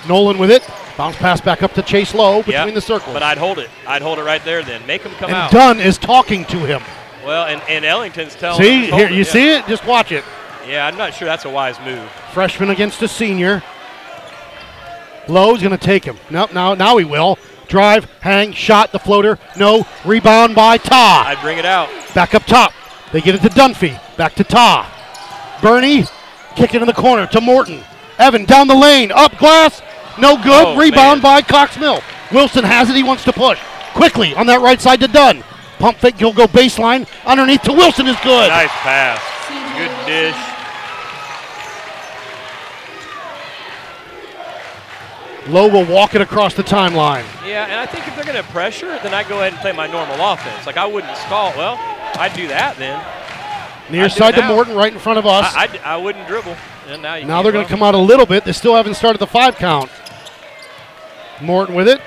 S2: Nolan with it. Bounce pass back up to Chase Low between
S3: Yeah,
S2: the circles.
S3: But I'd hold it. I'd hold it right there then. Make them come
S2: and
S3: out.
S2: Dunn is talking to him.
S3: Well, and, and Ellington's telling
S2: see,
S3: him,
S2: here,
S3: "Hold
S2: you
S3: it," yeah.
S2: see it? Just watch it.
S3: Yeah, I'm not sure that's a wise move.
S2: Freshman against a senior. Lowe's going to take him. Nope, now, now he will. Drive, hang, shot, the floater. No, rebound by Ta.
S3: I'd bring it out.
S2: Back up top. They get it to Dunphy. Back to Ta. Bernie, kick it in the corner to Morton. Evan down the lane. Up glass. No good.
S3: Oh,
S2: Rebound by Cox Mill. Wilson has it. He wants to push. Quickly on that right side to Dunn. Pump fake. He'll go baseline. Underneath to Wilson is good.
S3: Nice pass. Good dish.
S2: Lowe will walk it across the timeline.
S3: Yeah, and I think if they're going to pressure, then I go ahead and play my normal offense. Like I wouldn't stall. Well, I'd do that then.
S2: Near
S3: I do
S2: side to
S3: now.
S2: Morton right in front of us.
S3: I, I'd- I, wouldn't dribble. And now you
S2: now they're going to come out a little bit. They still haven't started the five count. Morton with it.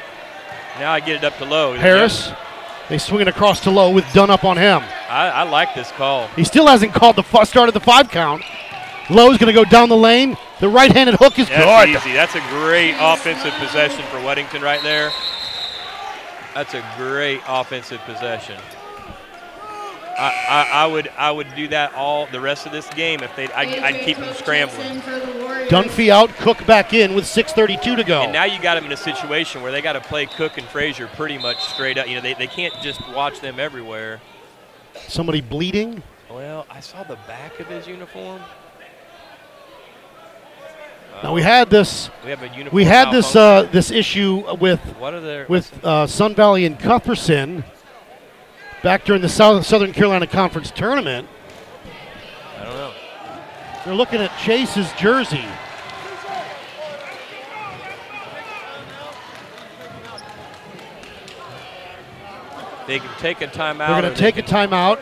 S3: Now I get it up to low.
S2: Harris. They swing it across to Lowe with Dunn up on him.
S3: I, I like this call.
S2: He still hasn't called the fu- start of the five count. Lowe's going to go down the lane. The right-handed hook is
S3: That's
S2: good.
S3: easy. That's a great offensive possession for Weddington right there. That's a great offensive possession. I, I, I would I would do that all the rest of this game if they I, I'd keep them scrambling.
S2: Dunphy out, Cook back in with 6:32 to
S3: And
S2: go.
S3: now you got them in a situation where they got to play Cook and Frazier pretty much straight up. You know they, they can't just watch them everywhere.
S2: Somebody bleeding.
S3: Well, I saw the back of his uniform.
S2: Now
S3: Uh,
S2: we had this.
S3: We have a uniform.
S2: We had this uh,
S3: malfunction.
S2: this issue with
S3: What are their
S2: with uh, Sun Valley and Cuthbertson back during the South, Southern Carolina Conference tournament.
S3: I don't know.
S2: They're looking at Chase's jersey.
S3: They can take a timeout.
S2: They're
S3: or
S2: going to
S3: they
S2: take a timeout.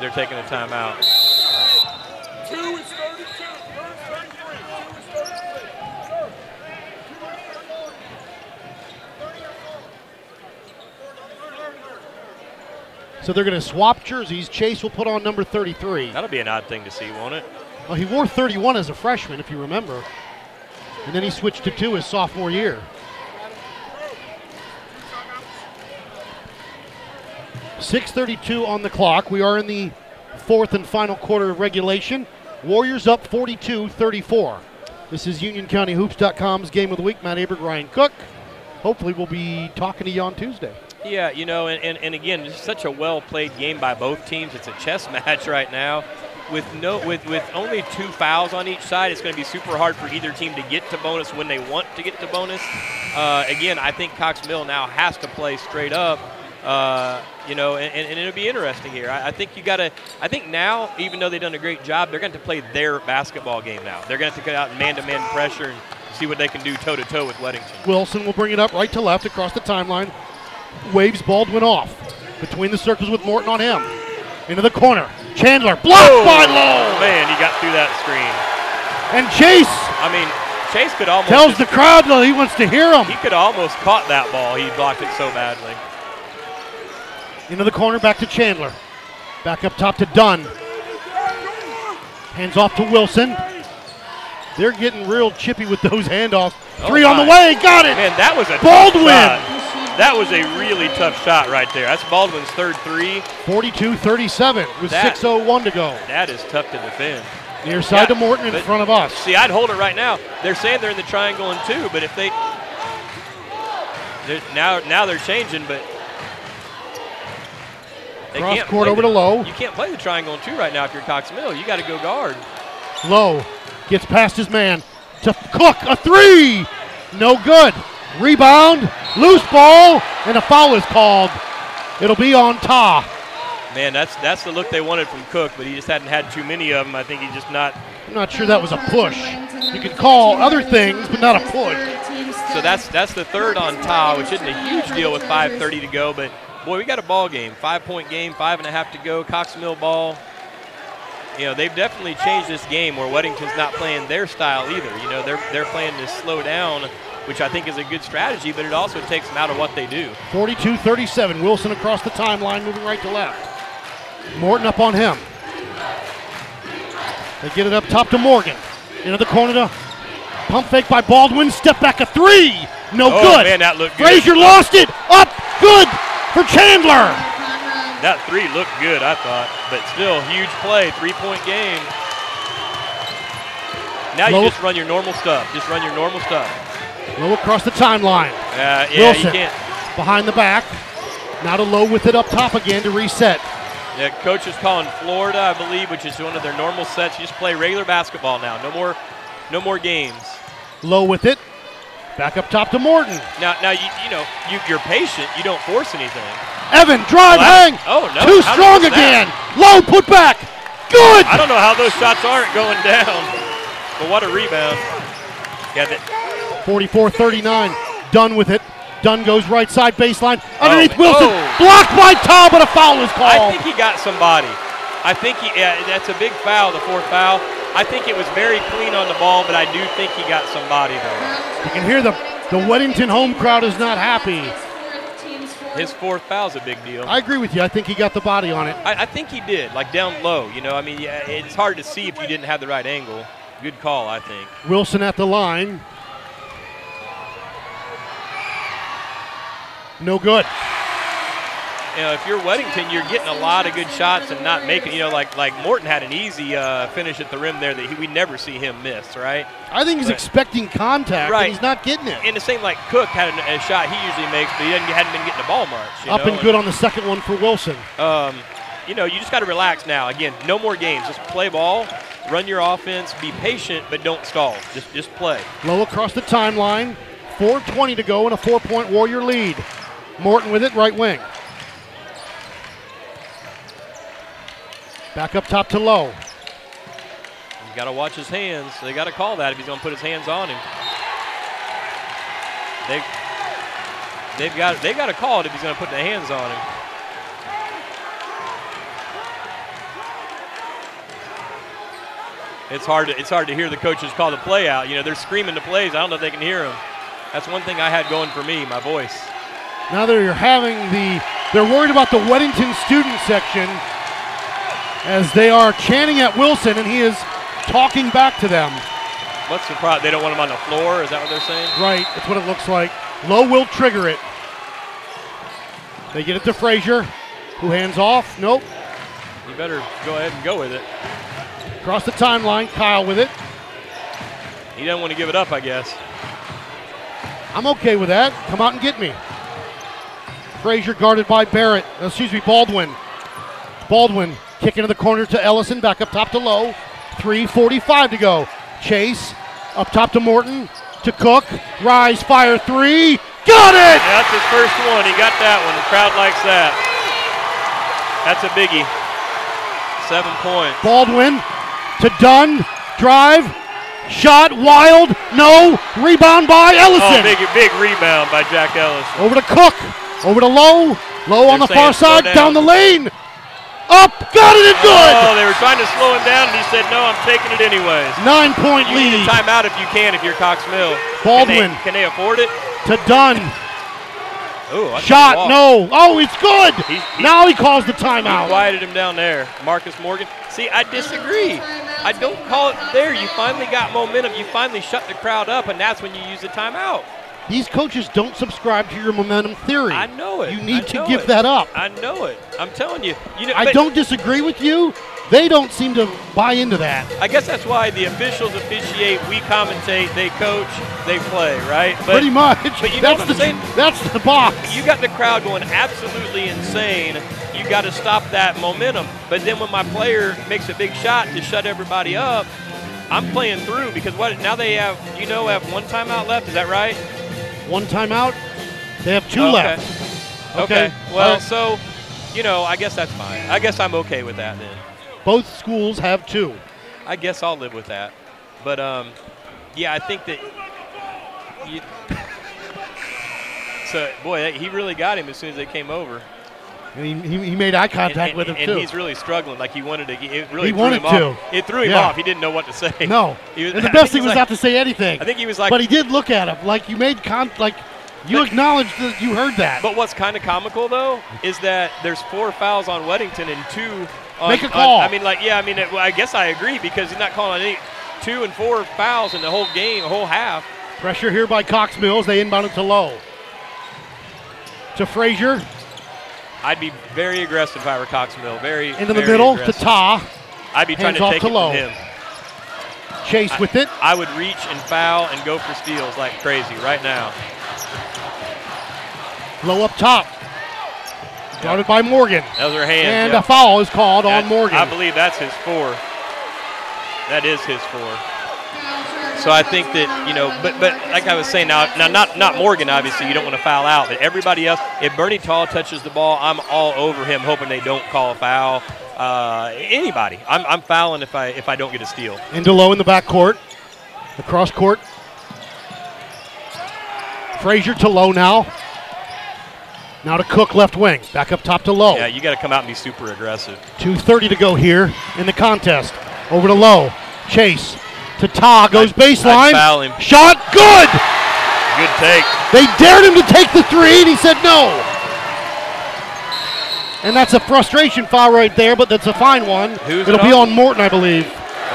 S3: They're taking a timeout.
S2: So they're going to swap jerseys. Chase will put on number 33.
S3: That'll be an odd thing to see, won't it?
S2: Well, he wore 31 as a freshman, if you remember. And then he switched to two his sophomore year. Six thirty-two on the clock. We are in the fourth and final quarter of regulation. Warriors up 42-34. This is UnionCountyHoops.com's game of the week. Matt Aber, Ryan Cook. Hopefully, we'll be talking to you on Tuesday.
S3: Yeah, you know, and, and, and again, it's such a well played game by both teams. It's a chess [laughs] match right now. With no with, with only two fouls on each side, it's going to be super hard for either team to get to bonus when they want to get to bonus. Uh, again, I think Cox Mill now has to play straight up. Uh, you know, and, and, and it'll be interesting here. I, I think you got to. I think now, even though they've done a great job, they're going to have to play their basketball game now. They're going to have to go out and man-to-man pressure and see what they can do toe-to-toe with Weddington.
S2: Wilson will bring it up right to left across the timeline. Waves Baldwin off between the circles with Morton on him. Into the corner. Chandler blocked by Lowe.
S3: Man, he got through that screen.
S2: And Chase
S3: I mean, Chase could almost
S2: tells the crowd that he wants to hear
S3: he
S2: him.
S3: could almost caught that ball. He blocked it so badly.
S2: Into the corner back to Chandler. Back up top to Dunn. Hands off to Wilson. They're getting real chippy with those handoffs.
S3: Oh,
S2: Three on the
S3: my.
S2: way. Got it.
S3: Man, that was a tough
S2: Baldwin!
S3: shot. That was a really tough shot right there. That's Baldwin's third three.
S2: 42 37 with
S3: That-
S2: 6.01 to go.
S3: That is tough to defend.
S2: Near side
S3: Yeah,
S2: to Morton in
S3: but-
S2: front of us.
S3: See, I'd hold it right now. They're saying they're in the triangle in two, but if they they're- now now they're changing, but they
S2: Cross
S3: can't
S2: court
S3: play
S2: over
S3: the-
S2: to Lowe.
S3: You can't play the triangle in two right now if you're Cox Mill. You got to go guard.
S2: Low gets past his man to Cook. A three. No good. Rebound. Loose ball. And a foul is called. It'll be on Ta.
S3: Man, that's that's the look they wanted from Cook, but he just hadn't had too many of them. I think he's just not
S2: I'm not sure that was a push. You can call other things, but not a push.
S3: So that's that's the third on tie, which isn't a huge deal with 5:30 to go. But boy, we got a ball game, five-point game, five and a half to go. Cox Mill ball. You know they've definitely changed this game where Weddington's not playing their style either. You know they're they're playing to slow down, which I think is a good strategy, but it also takes them out of what they do.
S2: 42 37. Wilson across the timeline, moving right to left. Morton up on him. They get it up top to Morgan. Into the corner to pump fake by Baldwin. Step back a three. No
S3: Oh,
S2: good.
S3: man, that looked good.
S2: Frazier lost it. Up. Good for Chandler.
S3: That three looked good, I thought, but still huge play, three-point game. Now
S2: Low-
S3: you just run your normal stuff. Just run your normal stuff.
S2: Low across the timeline.
S3: Uh, yeah,
S2: Wilson
S3: you can't.
S2: behind the back. Now to Low with it up top again to reset.
S3: The coach is calling Florida, I believe, which is one of their normal sets. You just play regular basketball now. No more, no more games.
S2: Low with it. Back up top to Morton.
S3: Now, now you, you know you, you're patient. You don't force anything.
S2: Evan, drive,
S3: Wow.
S2: hang.
S3: Oh, no.
S2: Too
S3: How
S2: strong
S3: was
S2: again.
S3: that?
S2: Low put back. Good.
S3: I don't know how those shots aren't going down, but what a rebound! Yeah, that,
S2: 44 39. Done with it. Dunn goes right side baseline. Underneath
S3: man.
S2: Wilson.
S3: Oh.
S2: Blocked by Tom, but a foul is
S3: I
S2: called.
S3: think he got somebody. I think he. Yeah, that's a big foul, the fourth foul. I think it was very clean on the ball, but I do think he got somebody though.
S2: you can hear the, the Weddington home crowd is not happy.
S3: His fourth foul's a big deal.
S2: I agree with you. I think he got the body on it.
S3: I, I think he did, like down low. You know, I mean, yeah, it's hard to see if you didn't have the right angle. Good call, I think.
S2: Wilson at the line. No good.
S3: You know, if you're Weddington, you're getting a lot of good shots and not making. You know, like like Morton had an easy uh, finish at the rim there that he, we never see him miss, right?
S2: I think he's
S3: But-
S2: expecting contact,
S3: Right.
S2: and he's not getting it.
S3: And the same like Cook had an, a shot he usually makes, but he hadn't, hadn't been getting the ball much. you
S2: Up
S3: know?
S2: and good on the second one for Wilson.
S3: Um, you know, you just got to relax now. Again, no more games. Just play ball, run your offense, be patient, but don't stall. Just just play.
S2: Low across the timeline. 4.20 to go and a four point Warrior lead. Morton with it, right wing. Back up top to Low.
S3: You got to watch his hands. They got to call that if he's going to put his hands on him. They they've got they got to call it if he's going to put the hands on him. It's hard to it's hard to hear the coaches call the play out. You know they're screaming the plays. I don't know if they can hear them. That's one thing I had going for me, my voice.
S2: Now they're having the, they're worried about the Weddington student section as they are chanting at Wilson and he is talking back to them.
S3: What's the problem? They don't want him on the floor. Is that what they're saying?
S2: Right, that's what it looks like. Low will trigger it. They get it to Frazier, who hands off. Nope.
S3: You better go ahead and go with it.
S2: Across the timeline, Kyle with it.
S3: He doesn't want to give it up, I guess.
S2: I'm okay with that. Come out and get me. Frazier guarded by Barrett. uh, Excuse me, Baldwin. Baldwin kick into the corner to Ellison. Back up top to Low. 3.45 to go. Chase up top to Morton. To Cook. Rise, fire three. Got it!
S3: Yeah, that's his first one. He got that one. The crowd likes that. That's a biggie. Seven points.
S2: Baldwin to Dunn. Drive. Shot. Wild. No. Rebound by
S3: Oh,
S2: Ellison.
S3: big, big rebound by Jack Ellis.
S2: Over to Cook. Over to Low. Low on the
S3: They're
S2: far
S3: saying slow
S2: side.
S3: down.
S2: Down the lane. Up. Got it and good.
S3: Oh, they were trying to slow him down, and he said, "No, I'm taking it anyways."
S2: Nine point
S3: You need a
S2: lead
S3: timeout if you can. If you're Cox Mill. Can they-
S2: Baldwin.
S3: Can they, afford it?
S2: to Dunn.
S3: Oh, I
S2: Shot,
S3: thought-
S2: no. Oh, it's good.
S3: He's- he's-
S2: now he calls the
S3: He
S2: timeout.
S3: quieted him down there. Marcus Morgan. See, I disagree. I don't call it there. You finally got momentum. You finally shut the crowd up, and that's when you use the timeout.
S2: These coaches don't subscribe to your momentum theory.
S3: I know it.
S2: You
S3: I
S2: need to
S3: know
S2: give
S3: it.
S2: that up.
S3: I know it. I'm telling you. You know,
S2: I
S3: but
S2: don't disagree with you. They don't seem to buy into that.
S3: I guess that's why the officials officiate. We commentate. They coach. They play. Right. But
S2: Pretty much.
S3: but you know
S2: that's
S3: what I'm
S2: the
S3: saying?
S2: that's the box.
S3: you got the crowd going absolutely insane. You got to stop that momentum. But then when my player makes a big shot to shut everybody up, I'm playing through because what now they have you know have one timeout left. Is that right?
S2: One timeout. They have two
S3: Okay.
S2: left.
S3: Okay.
S2: Okay.
S3: Well,
S2: Alright.
S3: so you know, I guess that's fine. I guess I'm okay with that then.
S2: Both schools have two.
S3: I guess I'll live with that. But um, yeah, I think that. You, [laughs] so boy, that- he really got him as soon as they came over.
S2: And he, he, he made eye
S3: And-
S2: contact
S3: and,
S2: with him
S3: and
S2: too.
S3: he's really struggling. Like he wanted to. It really
S2: He
S3: threw
S2: wanted
S3: him off.
S2: to.
S3: It threw him
S2: Yeah.
S3: off. He didn't know what to say. [laughs]
S2: No.
S3: He was-
S2: and the
S3: I think
S2: best thing
S3: he's
S2: was
S3: like-
S2: not to say anything.
S3: I think he was like-
S2: But he did look at him. Like, you made con. Like, you acknowledged that you heard that.
S3: But what's kind of comical though is that there's four fouls on Weddington and two. On,
S2: Make a
S3: on-
S2: call.
S3: I mean, like, yeah, I mean, it, well, I guess I agree because he's not calling any two and four fouls in the whole game, the whole half.
S2: Pressure here by Cox Mills. They inbound it to Lowe. To Frazier.
S3: I'd be very aggressive if I were Coxmill. Very
S2: Into the
S3: very
S2: middle
S3: aggressive.
S2: [laughs] to Ta.
S3: I'd be trying
S2: Hands
S3: to
S2: off
S3: take
S2: to
S3: it
S2: Lowe.
S3: from him.
S2: Chase
S3: I-
S2: with it.
S3: I would reach and foul and go for steals like crazy right now.
S2: Low up top. Guarded by Morgan.
S3: Those are hands.
S2: And
S3: yeah.
S2: a foul is called
S3: uh, That-
S2: on Morgan.
S3: I believe that's his four. That is his four. So I think that you know, but but like I was saying, now now not not Morgan obviously you don't want to foul out, but everybody else. If Bernie Tall touches the ball, I'm all over him, hoping they don't call a foul. Uh, anybody, I'm, I'm fouling if I if I don't get a steal.
S2: Into low in the backcourt. Across court. Frazier to low now. Now to Cook left wing. Back up top to low.
S3: Yeah, you got to come out and be super aggressive.
S2: 2.30 to go here in the contest. Over to low. Chase to Ta. Goes baseline.
S3: I'd foul him.
S2: Shot good.
S3: Good take.
S2: They dared him to take the three, and he said no. And that's a frustration foul right there, but that's a fine one.
S3: Who's it
S2: It'll be
S3: on?
S2: on Morton, I believe.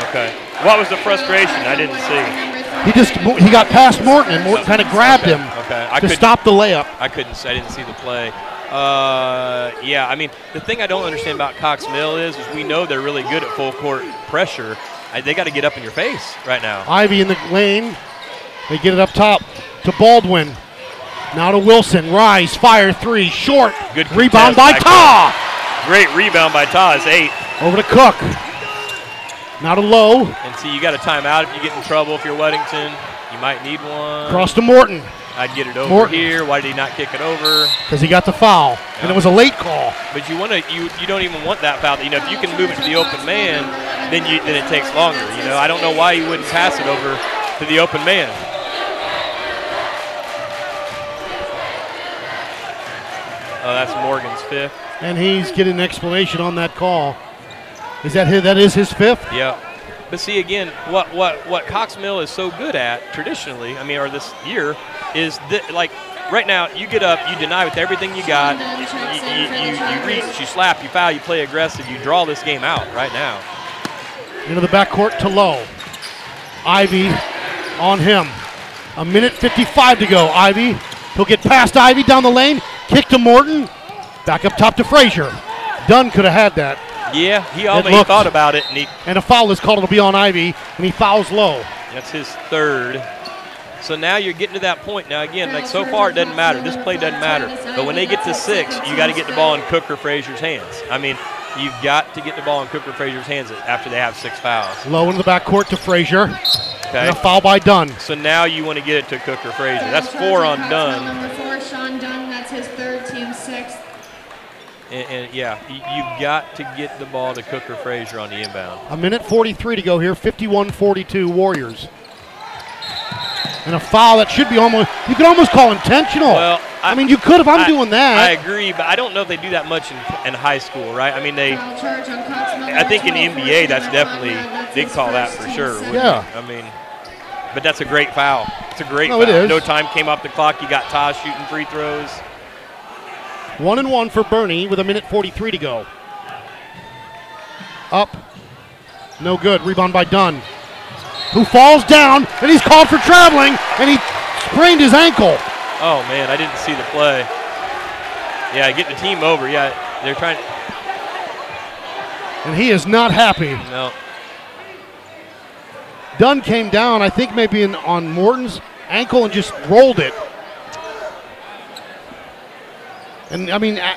S3: Okay. What was the frustration? I didn't see.
S2: He just he got past Morton, and Morton kind of grabbed
S3: Okay,
S2: him
S3: okay. I
S2: to
S3: couldn't-
S2: stop the layup.
S3: I couldn't. s- I didn't see the play. Uh, yeah, I mean, the thing I don't understand about Cox Mill is, is we know they're really good at full court pressure. I, they got to get up in your face right now.
S2: Ivy in the lane. They get it up top to Baldwin. Now to Wilson. Rise, fire three, short.
S3: Good contest
S2: rebound by
S3: back
S2: Ta.
S3: Great rebound by Taz, eight.
S2: Over to Cook. Now to Lowe.
S3: And see, you got a timeout if you get in trouble. If you're Weddington, you might need one.
S2: Cross to Morton
S3: I'd get it over
S2: Morton.
S3: here. Why did he not kick it over?
S2: because he got the foul, and it was a late call.
S3: But you want to you you don't even want that foul. You know, if you can move it to the open man, then you then it takes longer. You know, I don't know why you wouldn't pass it over to the open man. Oh, that's Morgan's fifth.
S2: And he's getting an explanation on that call. Is that his, that is his fifth?
S3: Yeah. But see again, what what what Cox Mill is so good at traditionally, I mean, or this year, is that like right now you get up, you deny with everything you got, you, you, you, you reach, you slap, you foul, you play aggressive, you draw this game out right now.
S2: Into the backcourt to Lowe. Ivy on him. A minute 55 to go. Ivy. He'll get past Ivy down the lane. Kick to Morton. Back up top to Frazier. Dunn could have had that.
S3: Yeah, he almost
S2: looked-
S3: thought about it, and he,
S2: And a foul is called. It'll be on Ivy. And he fouls low.
S3: that's his third. So now you're getting to that point. Now again, like so far, it doesn't matter. This play doesn't matter. But when they get to six, you got to get the ball in Cooker Frazier's hands. I mean, you've got to get the ball in Cooker Frazier's hands after they have six fouls.
S2: Low into the backcourt to Frazier. And
S3: Okay.
S2: a foul by Dunn.
S3: So now you want to get it to Cooker Frazier. That's four on Dunn.
S5: Number four, Sean Dunn. That's his third, team sixth.
S3: And, and yeah, y- you've got to get the ball to Cooker Frazier on the inbound.
S2: A minute 43 to go here. 51 42 Warriors. And a foul that should be almost, you could almost call intentional.
S3: Well,
S2: I, mean, you could if I'm
S3: I-
S2: doing that.
S3: I agree, but I don't know if they do that much in, in high school, right? I mean, they.
S5: Foul charge on Cox Miller.
S3: I think in
S5: Twelve,
S3: NBA, that's
S5: Conrad,
S3: definitely
S5: that's
S3: they
S5: his
S3: call that
S5: first,
S3: for
S5: team
S3: sure.
S5: sixth.
S3: wouldn't it?
S2: Yeah.
S3: I mean, but that's a great foul. It's a great
S2: No,
S3: foul.
S2: it is.
S3: No time came off the clock. You got Taj shooting free throws.
S2: One and one for Bernie with a minute 43 to go. Up. No good. Rebound by Dunn, who falls down, and he's called for traveling, and he sprained his ankle.
S3: Oh man, I didn't see the play. Yeah, get the team over. Yeah, they're trying.
S2: And he is not happy.
S3: No,
S2: Dunn came down, I think maybe in, on Morton's ankle and just rolled it. And I mean, I-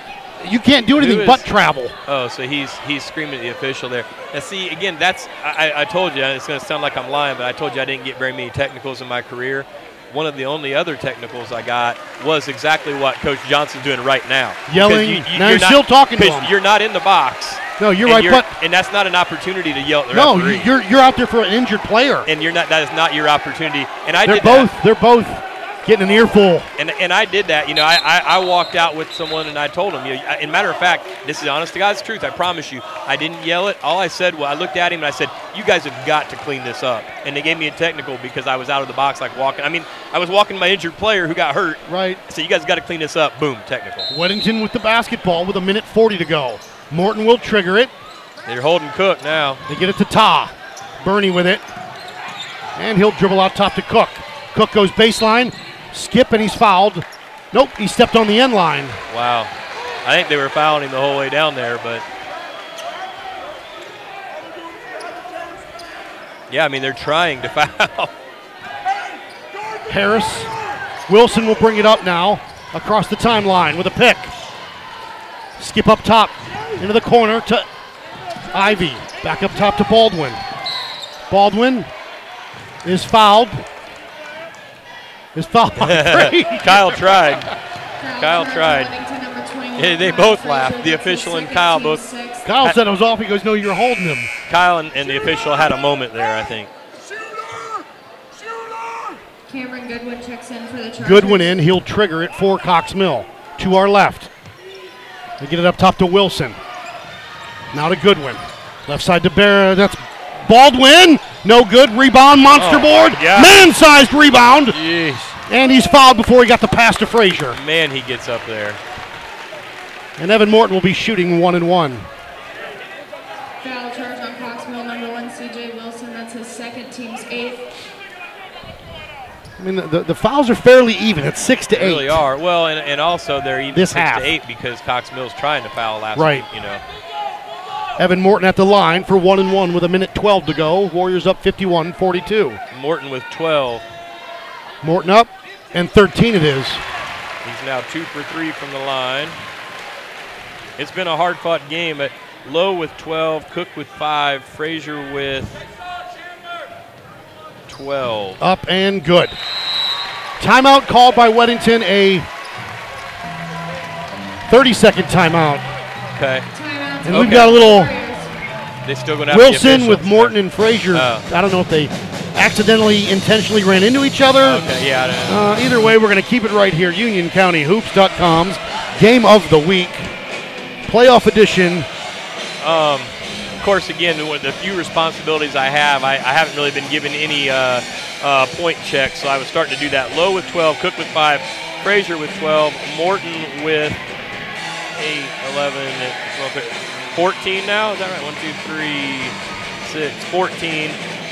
S2: you can't do anything
S3: is-
S2: but travel.
S3: Oh, so he's he's screaming at the official there. Now, see, again, that's I, I- I told you. and It's going to sound like I'm lying, but I told you I didn't get very many technicals in my career. One of the only other technicals I got was exactly what Coach Johnson's doing right now.
S2: Yelling.
S3: Because
S2: Now you're still talking to
S3: 'cause
S2: him.
S3: You're not in the box.
S2: No, you're
S3: And
S2: right, but-
S3: and that's not an opportunity to yell at the
S2: No,
S3: referee.
S2: you- you're you're out there for an injured player.
S3: and you're not. That is not your opportunity. And I
S2: they're
S3: did
S2: both
S3: That.
S2: they're both getting an earful.
S3: And, and I did that, you know. I, I, I walked out with someone and I told him. You know, I- and matter of fact, this is honest to God's truth. I promise you, I didn't yell it. All I said was I looked at him and I said, "You guys have got to clean this up." And they gave me a technical because I was out of the box, like walking. I mean, I was walking my injured player who got hurt.
S2: Right.
S3: So you guys got to clean this up. Boom, technical.
S2: Weddington with the basketball with a minute 40 to go. Morton will trigger it.
S3: They're holding Cook now.
S2: They get it to Ta. Bernie with it. And he'll dribble out top to Cook. Cook goes baseline. Skip and he's fouled. Nope, he stepped on the end line.
S3: Wow. I think they were fouling him the whole way down there, but. Yeah, I mean, they're trying to [laughs] foul.
S2: Harris. Wilson will bring it up now across the timeline with a pick. Skip up top into the corner to Ivy. Back up top to Baldwin. Baldwin is fouled. Is fouled by three.
S3: Kyle tried. Kyle tried. Yeah, they both laughed. The official and Kyle both.
S2: Kyle said it was off. He goes, No, you're holding him.
S3: Kyle and, and the official had a moment there, I think.
S5: Cameron Goodwin checks in for the Chargers.
S2: Goodwin in. He'll trigger it for Cox Mill. To our left. They get it up top to Wilson. Now to Goodwin. Left side to Bear. That's Baldwin. No good. Rebound. Monster
S3: Oh,
S2: board.
S3: yeah.
S2: Man sized rebound.
S3: Jeez.
S2: And he's fouled before he got the pass to Frazier.
S3: Man, he gets up there.
S2: And Evan Morton will be shooting one and one.
S5: Foul charge on Coxville, number one, CJ Wilson. That's his second, team's eighth.
S2: I mean, the, the, the fouls are fairly even. It's six to
S3: They
S2: eight.
S3: really are. Well, and, and also they're even
S2: This
S3: six
S2: half.
S3: to eight because Cox Mills trying to foul last
S2: Right.
S3: week, you know.
S2: Evan Morton at the line for one and one with a minute 12 to go. Warriors up 51 42.
S3: Morton with 12.
S2: Morton up, and 13 it is.
S3: He's now two for three from the line. It's been a hard fought game, but Lowe with 12, Cook with 5, Frazier with 12.
S2: Up and good. Timeout called by Weddington, a 30 second timeout.
S3: Okay.
S2: And we've got a little
S3: They still going to have the
S2: Wilson with
S3: officials.
S2: Morton and Frazier.
S3: Oh.
S2: I don't know if they accidentally, intentionally ran into each other.
S3: Okay, yeah, I don't know.
S2: Uh, either way, we're going to keep it right here. UnionCountyHoops.com's game of the week, playoff edition.
S3: Um, of course, again, with the few responsibilities I have, I, I haven't really been given any uh, uh, point checks, so I was starting to do that. Low with 12, Cook with 5, Frazier with 12, Morton with 8, 11, 12, 14 now. Is that right? 1, 2, 3, 6, 14.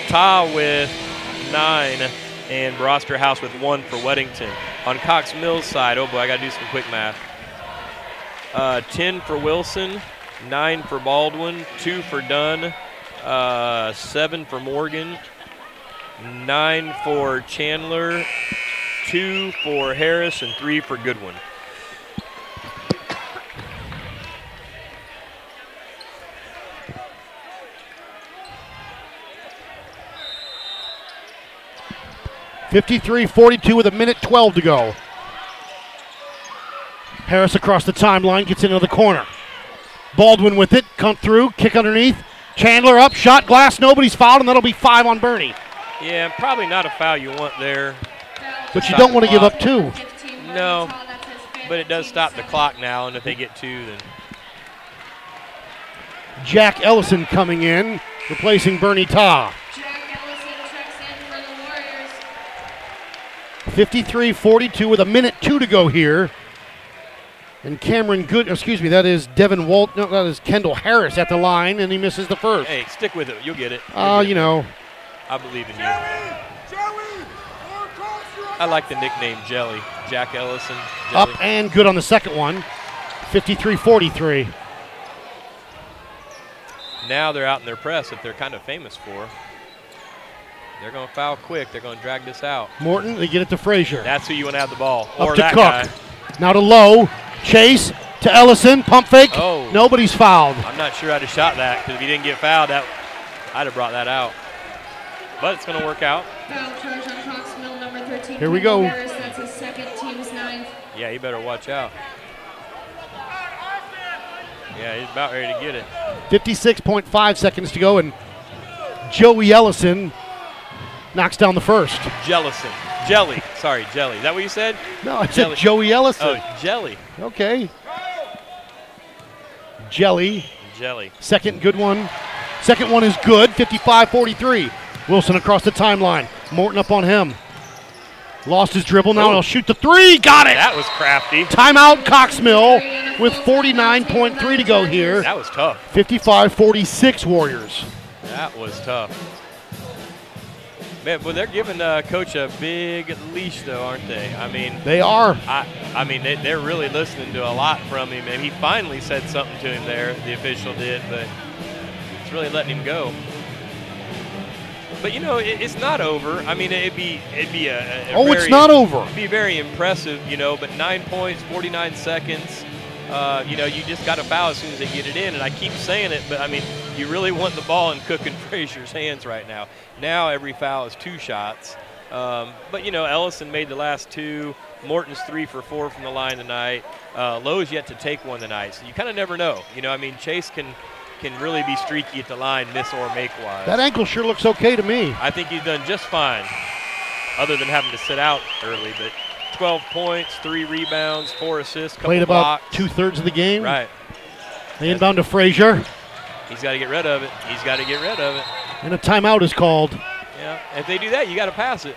S3: Ta with 9, and Broster House with 1 for Weddington. On Cox Mills' side, oh boy, I got to do some quick math. Uh, 10 for Wilson, 9 for Baldwin, 2 for Dunn, uh, 7 for Morgan, 9 for Chandler, 2 for Harris, and 3 for Goodwin.
S2: Fifty-three, forty-two, with a minute 12 to go. Harris across the timeline gets into the corner. Baldwin with it, come through, kick underneath. Chandler up, shot glass, nobody's fouled, and that'll be five on Bernie.
S3: Yeah, probably not a foul you want there.
S2: But you don't want to give up two.
S3: No, but it does stop the clock now, and if they get two, then
S2: Jack Ellison coming in, replacing Bernie Ta.
S5: Jack Ellison checks in for the Warriors.
S2: 53 42 with a minute two to go here. And Cameron Good, excuse me, that is Devin Walt, no, that is Kendall Harris at the line, and he misses the first.
S3: hey, stick with it. You'll get it. You'll
S2: Oh,
S3: get it.
S2: you know,
S3: I believe in you. I like the nickname Jelly. Jack Ellison.
S2: up
S3: Jelly.
S2: and good on the second one. 53 43.
S3: now they're out in their press that they're kind of famous for. They're going to foul quick. They're going to drag this out.
S2: Morton, they get it to Frazier.
S3: That's who you want to have the ball.
S2: Up
S3: or
S2: to
S3: that
S2: Cook.
S3: guy.
S2: Now to Lowe. Chase to Ellison. Pump fake.
S3: Oh.
S2: Nobody's fouled.
S3: I'm not sure I'd have shot that because if he didn't get fouled, that I'd have brought that out. But it's going to work out.
S5: Foul charge on Coxville, number 13.
S2: Here we
S5: Kendall
S2: go.
S5: Harris. That's his second, team's ninth.
S3: Yeah, you better watch out. Yeah, he's about ready to get it.
S2: 56.5 seconds to go, and Joey Ellison knocks down the first.
S3: Jellison. Jelly. Sorry, jelly. Is that what you said?
S2: No, I said Joey Ellison.
S3: Oh, jelly.
S2: Okay. Jelly.
S3: Jelly.
S2: Second good one. Second one is good. 55 43. Wilson across the timeline. Morton up on him. Lost his dribble. Now
S3: Oh.
S2: he'll shoot the three. Got it.
S3: That was crafty.
S2: Timeout Coxmill with 49.3 to go here.
S3: That was tough.
S2: 55 46 Warriors.
S3: That was tough. Man, but they're giving uh, coach a big leash, though, aren't they? I mean,
S2: They are.
S3: I, I mean, they, they're really listening to a lot from him, and he finally said something to him there. The official did, but it's really letting him go. But you know, it, it's not over. I mean, it'd be it'd be a, a
S2: Oh, it's
S3: very-
S2: not over.
S3: It'd be very impressive, you know. But nine points, 49 seconds. Uh, you know, you just got to foul as soon as they get it in, and I keep saying it, but I mean, you really want the ball in Cook and [laughs] Frazier's hands right now. Now every foul is two shots. Um, but you know, Ellison made the last two. Morton's three for four from the line tonight. Uh, Lowe's yet to take one tonight, so you kind of never know. You know, I mean, Chase can can really be streaky at the line, miss or make wise.
S2: That ankle sure looks okay to me.
S3: I think he's done just fine, other than having to sit out early. But 12 points, three rebounds, four assists, couple
S2: Played about
S3: blocks.
S2: two thirds of the game.
S3: Right.
S2: They inbound to Frazier,
S3: He's got to get rid of it. He's got to get rid of it.
S2: and a timeout is called.
S3: Yeah. If they do that, you got to pass it.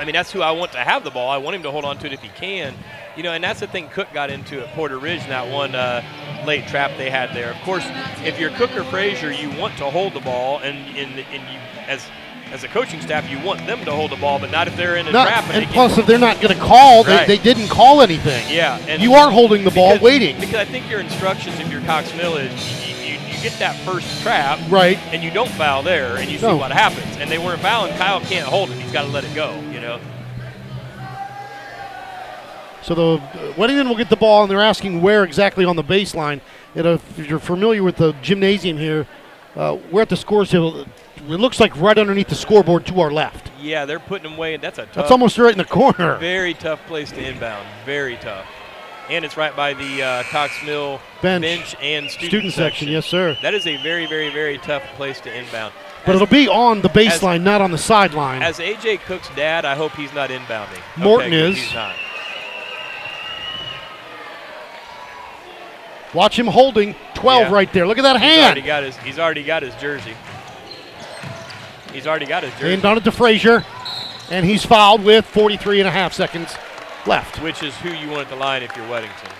S3: I mean, that's who I want to have the ball. I want him to hold on to it if he can. You know, and that's the thing Cook got into at Porter Ridge in that one uh, late trap they had there. Of course, if you're Cook or Frazier, you want to hold the ball, and and, and you as as a coaching staff, you want them to hold the ball, but not if they're in a
S2: Not-
S3: trap. they
S2: and
S3: can't
S2: plus, if they're not going to call,
S3: Right.
S2: they, they didn't call anything.
S3: Yeah, and
S2: you are holding the ball,
S3: because-
S2: waiting.
S3: Because I think your instructions, if you're Cox Mill, is you, you, you get that first trap,
S2: Right.
S3: and you don't foul there, and you see
S2: No.
S3: what happens. And they weren't fouling. Kyle can't hold it. He's got to let it go. You know.
S2: So the Weddington will get the ball, and they're asking where exactly on the baseline. You know, if you're familiar with the gymnasium here, uh, we're at the scores table. It looks like right underneath the scoreboard to our left.
S3: Yeah, they're putting him away, and that's a tough.
S2: That's almost right in the corner.
S3: Very tough place to inbound. Very tough. And it's right by the uh, Cox Mill
S2: Bench.
S3: and student,
S2: Student section, yes, sir.
S3: That is a very, very, very tough place to inbound.
S2: But it'll be on the baseline, not on the sideline.
S3: As AJ Cook's dad, I hope he's not inbounding.
S2: Morton
S3: okay, good,
S2: is.
S3: He's not.
S2: Watch him holding 12
S3: Yeah.
S2: right there. Look at that
S3: He's already
S2: hand.
S3: got his. He's already got his jersey. He's already got his jersey,
S2: And down it to Frazier, and he's fouled with 43 and a half seconds left.
S3: which is who you want at the line if you're Weddington.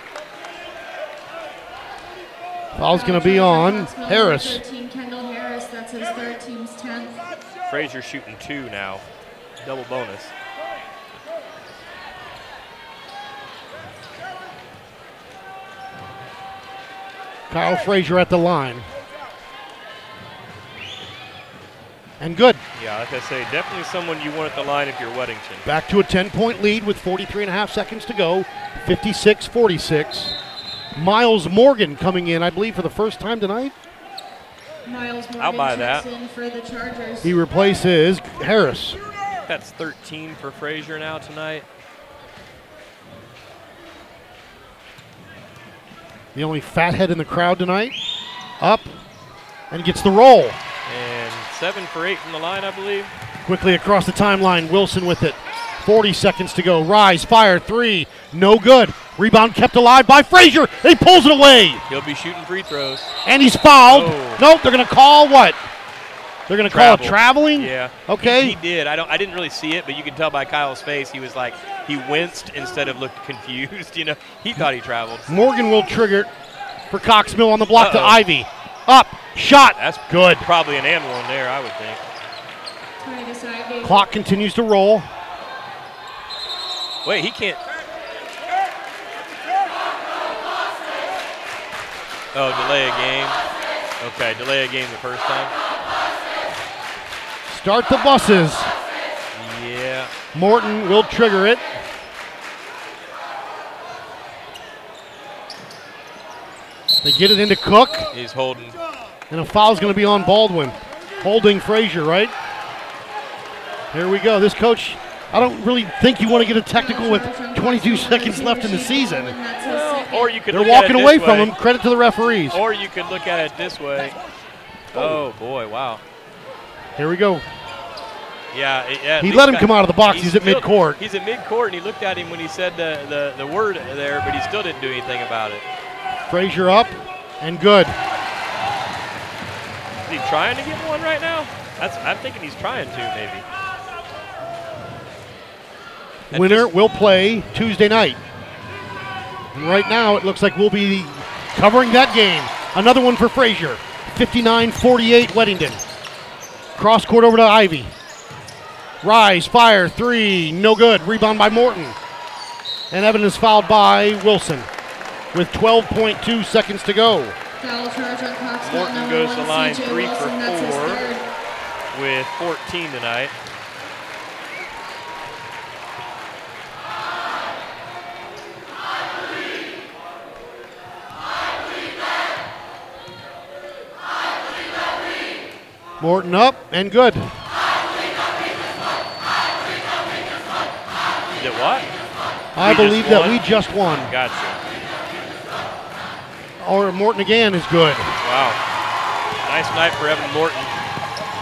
S2: Foul's going to be on
S5: Coxmill,
S2: Harris.
S5: 13, Kendall Harris, that's his third team's 10th.
S3: Frazier shooting two now, double bonus.
S2: Kyle Frazier at the line. And good.
S3: Yeah, like I say, definitely someone you want at the line if you're Weddington.
S2: Back to a 10 point lead with 43 and a half seconds to go. 56 46. Miles Morgan coming in, I believe, for the first time tonight.
S5: Miles Morgan
S3: I'll buy
S5: checks
S3: that.
S5: in for the Chargers.
S2: He replaces Harris.
S3: That's 13 for Frazier now tonight.
S2: The only fathead in the crowd tonight. Up and gets the roll.
S3: And seven for eight from the line, I believe.
S2: Quickly across the timeline, Wilson with it. 40 seconds to go. Rise, fire, three. No good. Rebound kept alive by Frazier. He pulls it away.
S3: He'll be shooting free throws.
S2: And he's fouled.
S3: Oh.
S2: Nope, they're going to call what? They're going to call
S3: Travel.
S2: it traveling?
S3: Yeah. He,
S2: Okay.
S3: he did. I don't. I didn't really see it, but you can tell by Kyle's face, he was like he winced instead of looked [laughs] confused. You know, he thought he traveled.
S2: Morgan will trigger it for Coxmill on the block to
S3: Uh-oh.
S2: Ivy. Up, shot.
S3: That's
S2: good.
S3: Probably an and one there, I would think.
S5: Trying to decide if-
S2: Clock continues to roll.
S3: Wait, he can't. Oh, delay a game. Okay, delay a game the first time.
S2: Start the buses.
S3: Yeah.
S2: Morton will trigger it. They get it into Cook,
S3: He's holding.
S2: and a foul's going to be on Baldwin. Holding Frazier, right? Here we go. This coach, I don't really think you want to get a technical with 22 seconds left in the season.
S3: Or you could
S2: They're
S3: look at it
S2: walking
S3: this
S2: away from
S3: way.
S2: him. Credit to the referees.
S3: Or you could look at it this way. Oh boy, wow.
S2: Here we go.
S3: Yeah, it- yeah. at
S2: He
S3: least
S2: let him
S3: got-
S2: come out of the box. He's at
S3: still-
S2: midcourt.
S3: He's at midcourt, and he looked at him when he said the, the, the word there, but he still didn't do anything about it.
S2: Frazier up and good.
S3: Is he trying to get one right now? That's I'm thinking he's trying to maybe.
S2: Winner will play Tuesday night. And right now, it looks like we'll be covering that game. Another one for Frazier. 59 48 Weddington. Cross court over to Ivy. Rise, fire, three, no good. Rebound by Morton. And Evan is fouled by Wilson with 12.2 seconds to go.
S5: Foul charge on Cox Mill,
S3: Morton
S5: number
S3: goes
S5: one,
S3: to line
S5: CJ
S3: three for
S5: Wilson, that's his third.
S3: four with 14 tonight.
S2: Morton up and good.
S3: Did what?
S2: I
S3: We just
S2: believe that
S3: won?
S2: we just won.
S3: Gotcha.
S2: Or Morton again is good.
S3: Wow. Nice night for Evan Morton.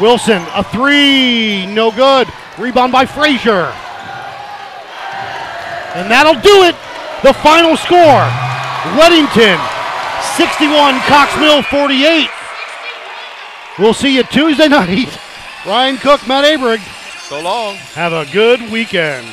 S2: Wilson, a three, no good. Rebound by Frazier. And that'll do it. The final score Weddington 61, Cox Mill 48. We'll see you [laughs] Tuesday night. Ryan Cook, Matt Abrig.
S3: So long.
S2: Have a good weekend.